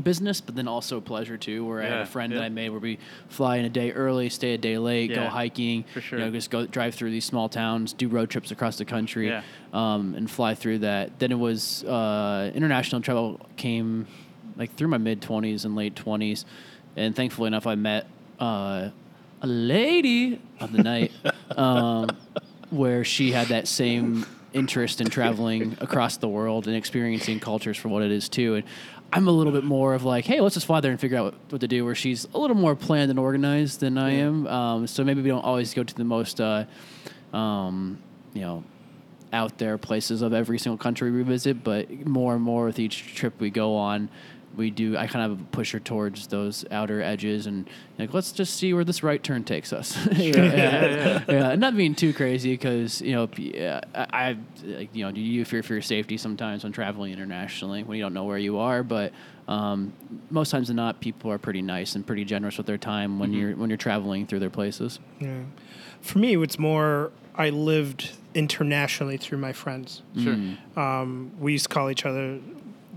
business, but then also pleasure too. Where I had
Yeah,
a friend
yeah.
that I made where we fly in a day early, stay a day late, go
Yeah,
hiking,
for sure.
you know, just go drive through these small towns, do road trips across the country,
Yeah.
um, and fly through that. Then it was uh, international travel came like through my mid twenties and late twenties, and thankfully enough, I met uh, a lady of the
[LAUGHS]
night. um, where she had that same interest in traveling across the world and experiencing cultures for what it is too. And I'm a little bit more of like, hey, let's just fly there and figure out what, what to do. Where she's a little more planned and organized than I am. Um, so maybe we don't always go to the most, uh, um, you know, out there places of every single country we visit. But more and more with each trip we go on. We do. I kind of push her towards those outer edges, and like, let's just see where this right turn takes us. [LAUGHS] yeah, yeah, yeah. Not being too crazy because you know, p- yeah, I, I like, you know, you fear for your safety sometimes when traveling internationally when you don't know where you are. But um, most times than not, people are pretty nice and pretty generous with their time when you're when you're traveling through their places.
Yeah. For me, it's more I lived internationally through my friends.
Sure.
Um, we used to call each other,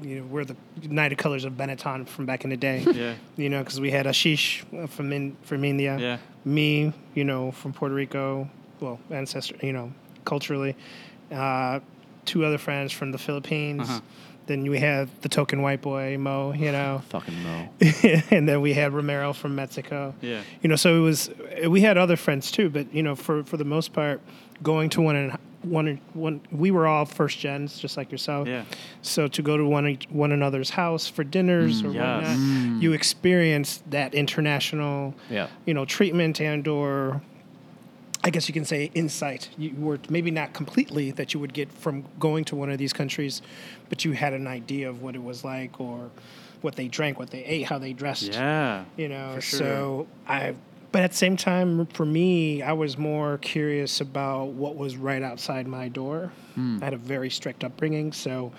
you know, we're the United Colors of Benetton from back in
[LAUGHS]
the day.
Yeah.
You know, because we had Ashish uh, from in, from India,
Yeah.
me, you know, from Puerto Rico, well, ancestor, you know, culturally, uh, two other friends from the Philippines.
Uh-huh.
Then we had the token white boy Mo, you know,
Fucking no. [LAUGHS]
[LAUGHS] and then we had Romero from Mexico.
Yeah.
You know, so it was. We had other friends too, but you know, for for the most part, going to one and one one, we were all first gens, just like yourself.
Yeah.
So to go to one each- one another's house for dinners or
Mm, yes.
whatnot, you experience that international,
Yeah.
you know, treatment and or. I guess you can say insight. You were maybe not completely that you would get from going to one of these countries, but you had an idea of what it was like or what they drank, what they ate, how they dressed
Yeah.
you know
For sure.
so i but at the same time for me i was more curious about what was right outside my door
Hmm.
i had a very strict upbringing
[LAUGHS]
so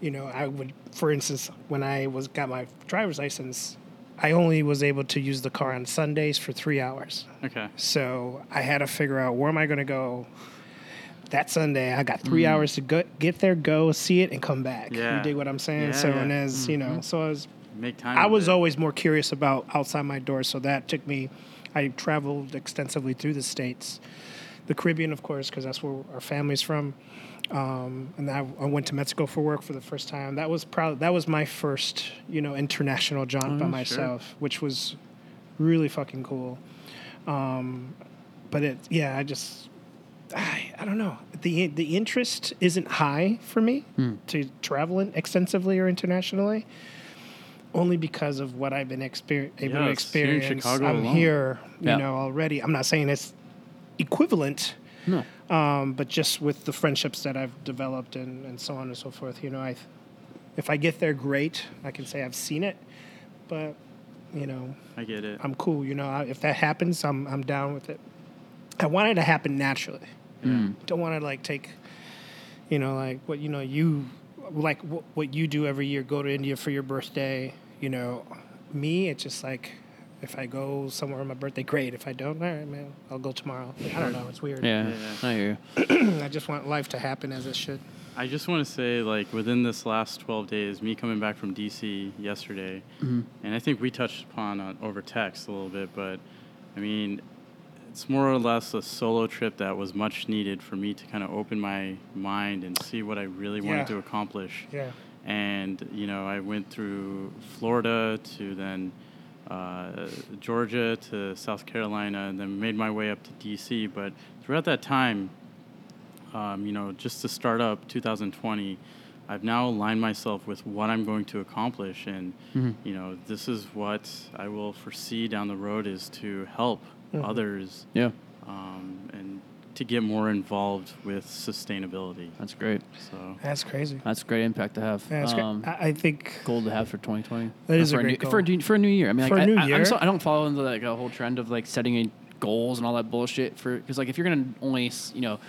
you know i would for instance when i was got my driver's license i only was able to use the car on sundays for three hours
Okay.
so I had to figure out where am I going to go that Sunday. I got three hours to go, get there, go see it, and come back.
Hmm. Yeah.
You dig what I'm saying?
Yeah,
so
yeah. Mm-hmm.
and as you know, so I was
Make time.
I
of
was
it.
always more curious about outside my door. So that took me I traveled extensively through the states, the Caribbean, of course, because that's where our family's from. Um, and I, I went to Mexico for work for the first time. That was probably that was my first, you know, international
Oh,
jaunt by myself, which was really fucking cool. Um, but it, yeah, I just, I, I don't know. the The interest isn't high for me
Hmm.
to traveling extensively or internationally, only because of what I've been exper- able
Yeah,
to
it's here in
experience.
Chicago
I'm
alone.
here, you
Yeah.
know, already. I'm not saying it's equivalent,
No.
um, but just with the friendships that I've developed and, and so on and so forth. You know, I, if I get there, great. I can say I've seen it, but you know,
I get it.
I'm cool. You know, I, if that happens, I'm I'm down with it. I want it to happen naturally.
Mm.
Don't want to like take, you know, like what you know you like what, what you do every year. Go to India for your birthday. You know, me, it's just like if I go somewhere on my birthday, great. If I don't, all right, man, I'll go tomorrow. I don't know. It's weird.
Yeah,
Yeah.
I hear you.
[CLEARS THROAT] I just want life to happen as it should.
I just want to say, like, within this last 12 days, me coming back from DC yesterday,
Mm-hmm.
and I think we touched upon on, over text a little bit, but I mean, it's more or less a solo trip that was much needed for me to kind of open my mind and see what I really wanted
Yeah.
to accomplish.
Yeah.
And, you know, I went through Florida to then uh, Georgia to South Carolina, and then made my way up to DC. But throughout that time, um, you know, just to start up 2020, I've now aligned myself with what I'm going to accomplish, and you know, this is what I will foresee down the road is to help others
Yeah,
um, and to get more involved with sustainability.
that's great.
So
That's crazy.
That's a great impact to have.
That's
Um,
great. I, I think
goal to have for 2020.
That is
for
a great
new,
goal.
for a, new- for a new year. I mean, like,
For a new
I, I, am
year.
so, I don't follow into like a whole trend of like setting in goals and all that bullshit for because like if you're gonna only s- you know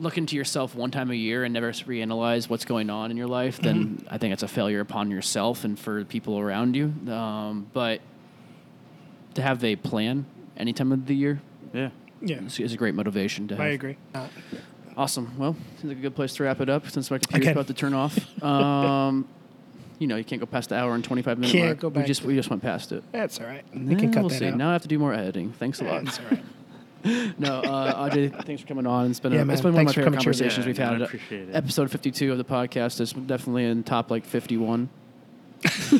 look into yourself one time a year and never s- reanalyze what's going on in your life, then
Mm-hmm.
I think it's a failure upon yourself and for people around you. Um, but to have a plan any time of the year
yeah,
yeah.
is, is a great motivation to have.
I agree.
Awesome. Well, seems like a good place to wrap it up since my computer's
Okay.
about to turn
[LAUGHS]
off. Um, you know, you can't go past the hour and 25 minute
Can't
mark.
go
we
back
just
to-
we just went past it.
That's all right. We can
Eh,
cut
we'll
that
see.
out.
Now I have to do more editing. Thanks a lot.
[LAUGHS] That's all right.
no, uh, Ajay, thanks for coming on. It's been,
Yeah,
a,
man.
it's been one of my
Thanks for
favorite
coming through.
conversations
Yeah,
we've
no, I
had.
appreciate it.
Episode 52 of the podcast is definitely in top like 51.
See,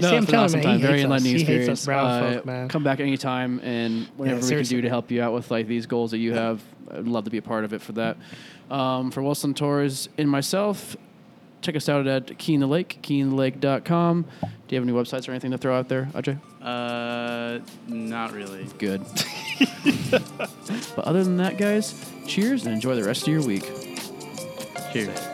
no, it's
I'm
been
telling
awesome
him,
time.
he
Very
hates us.
enlightening
He hates
experience.
us brown
Uh,
folk, man.
Come back anytime and whatever we can
seriously.
do to help you out with like these goals that you have. I'd love to be a part of it for that. Um, for Wilson Torres and myself, check us out at Keen the Lake, keenthelake.com. Do you have any websites or anything to throw out there, Ajay?
uh, not really.
[LAUGHS] Good. but other than that, guys, cheers and enjoy the rest of your week.
Cheers.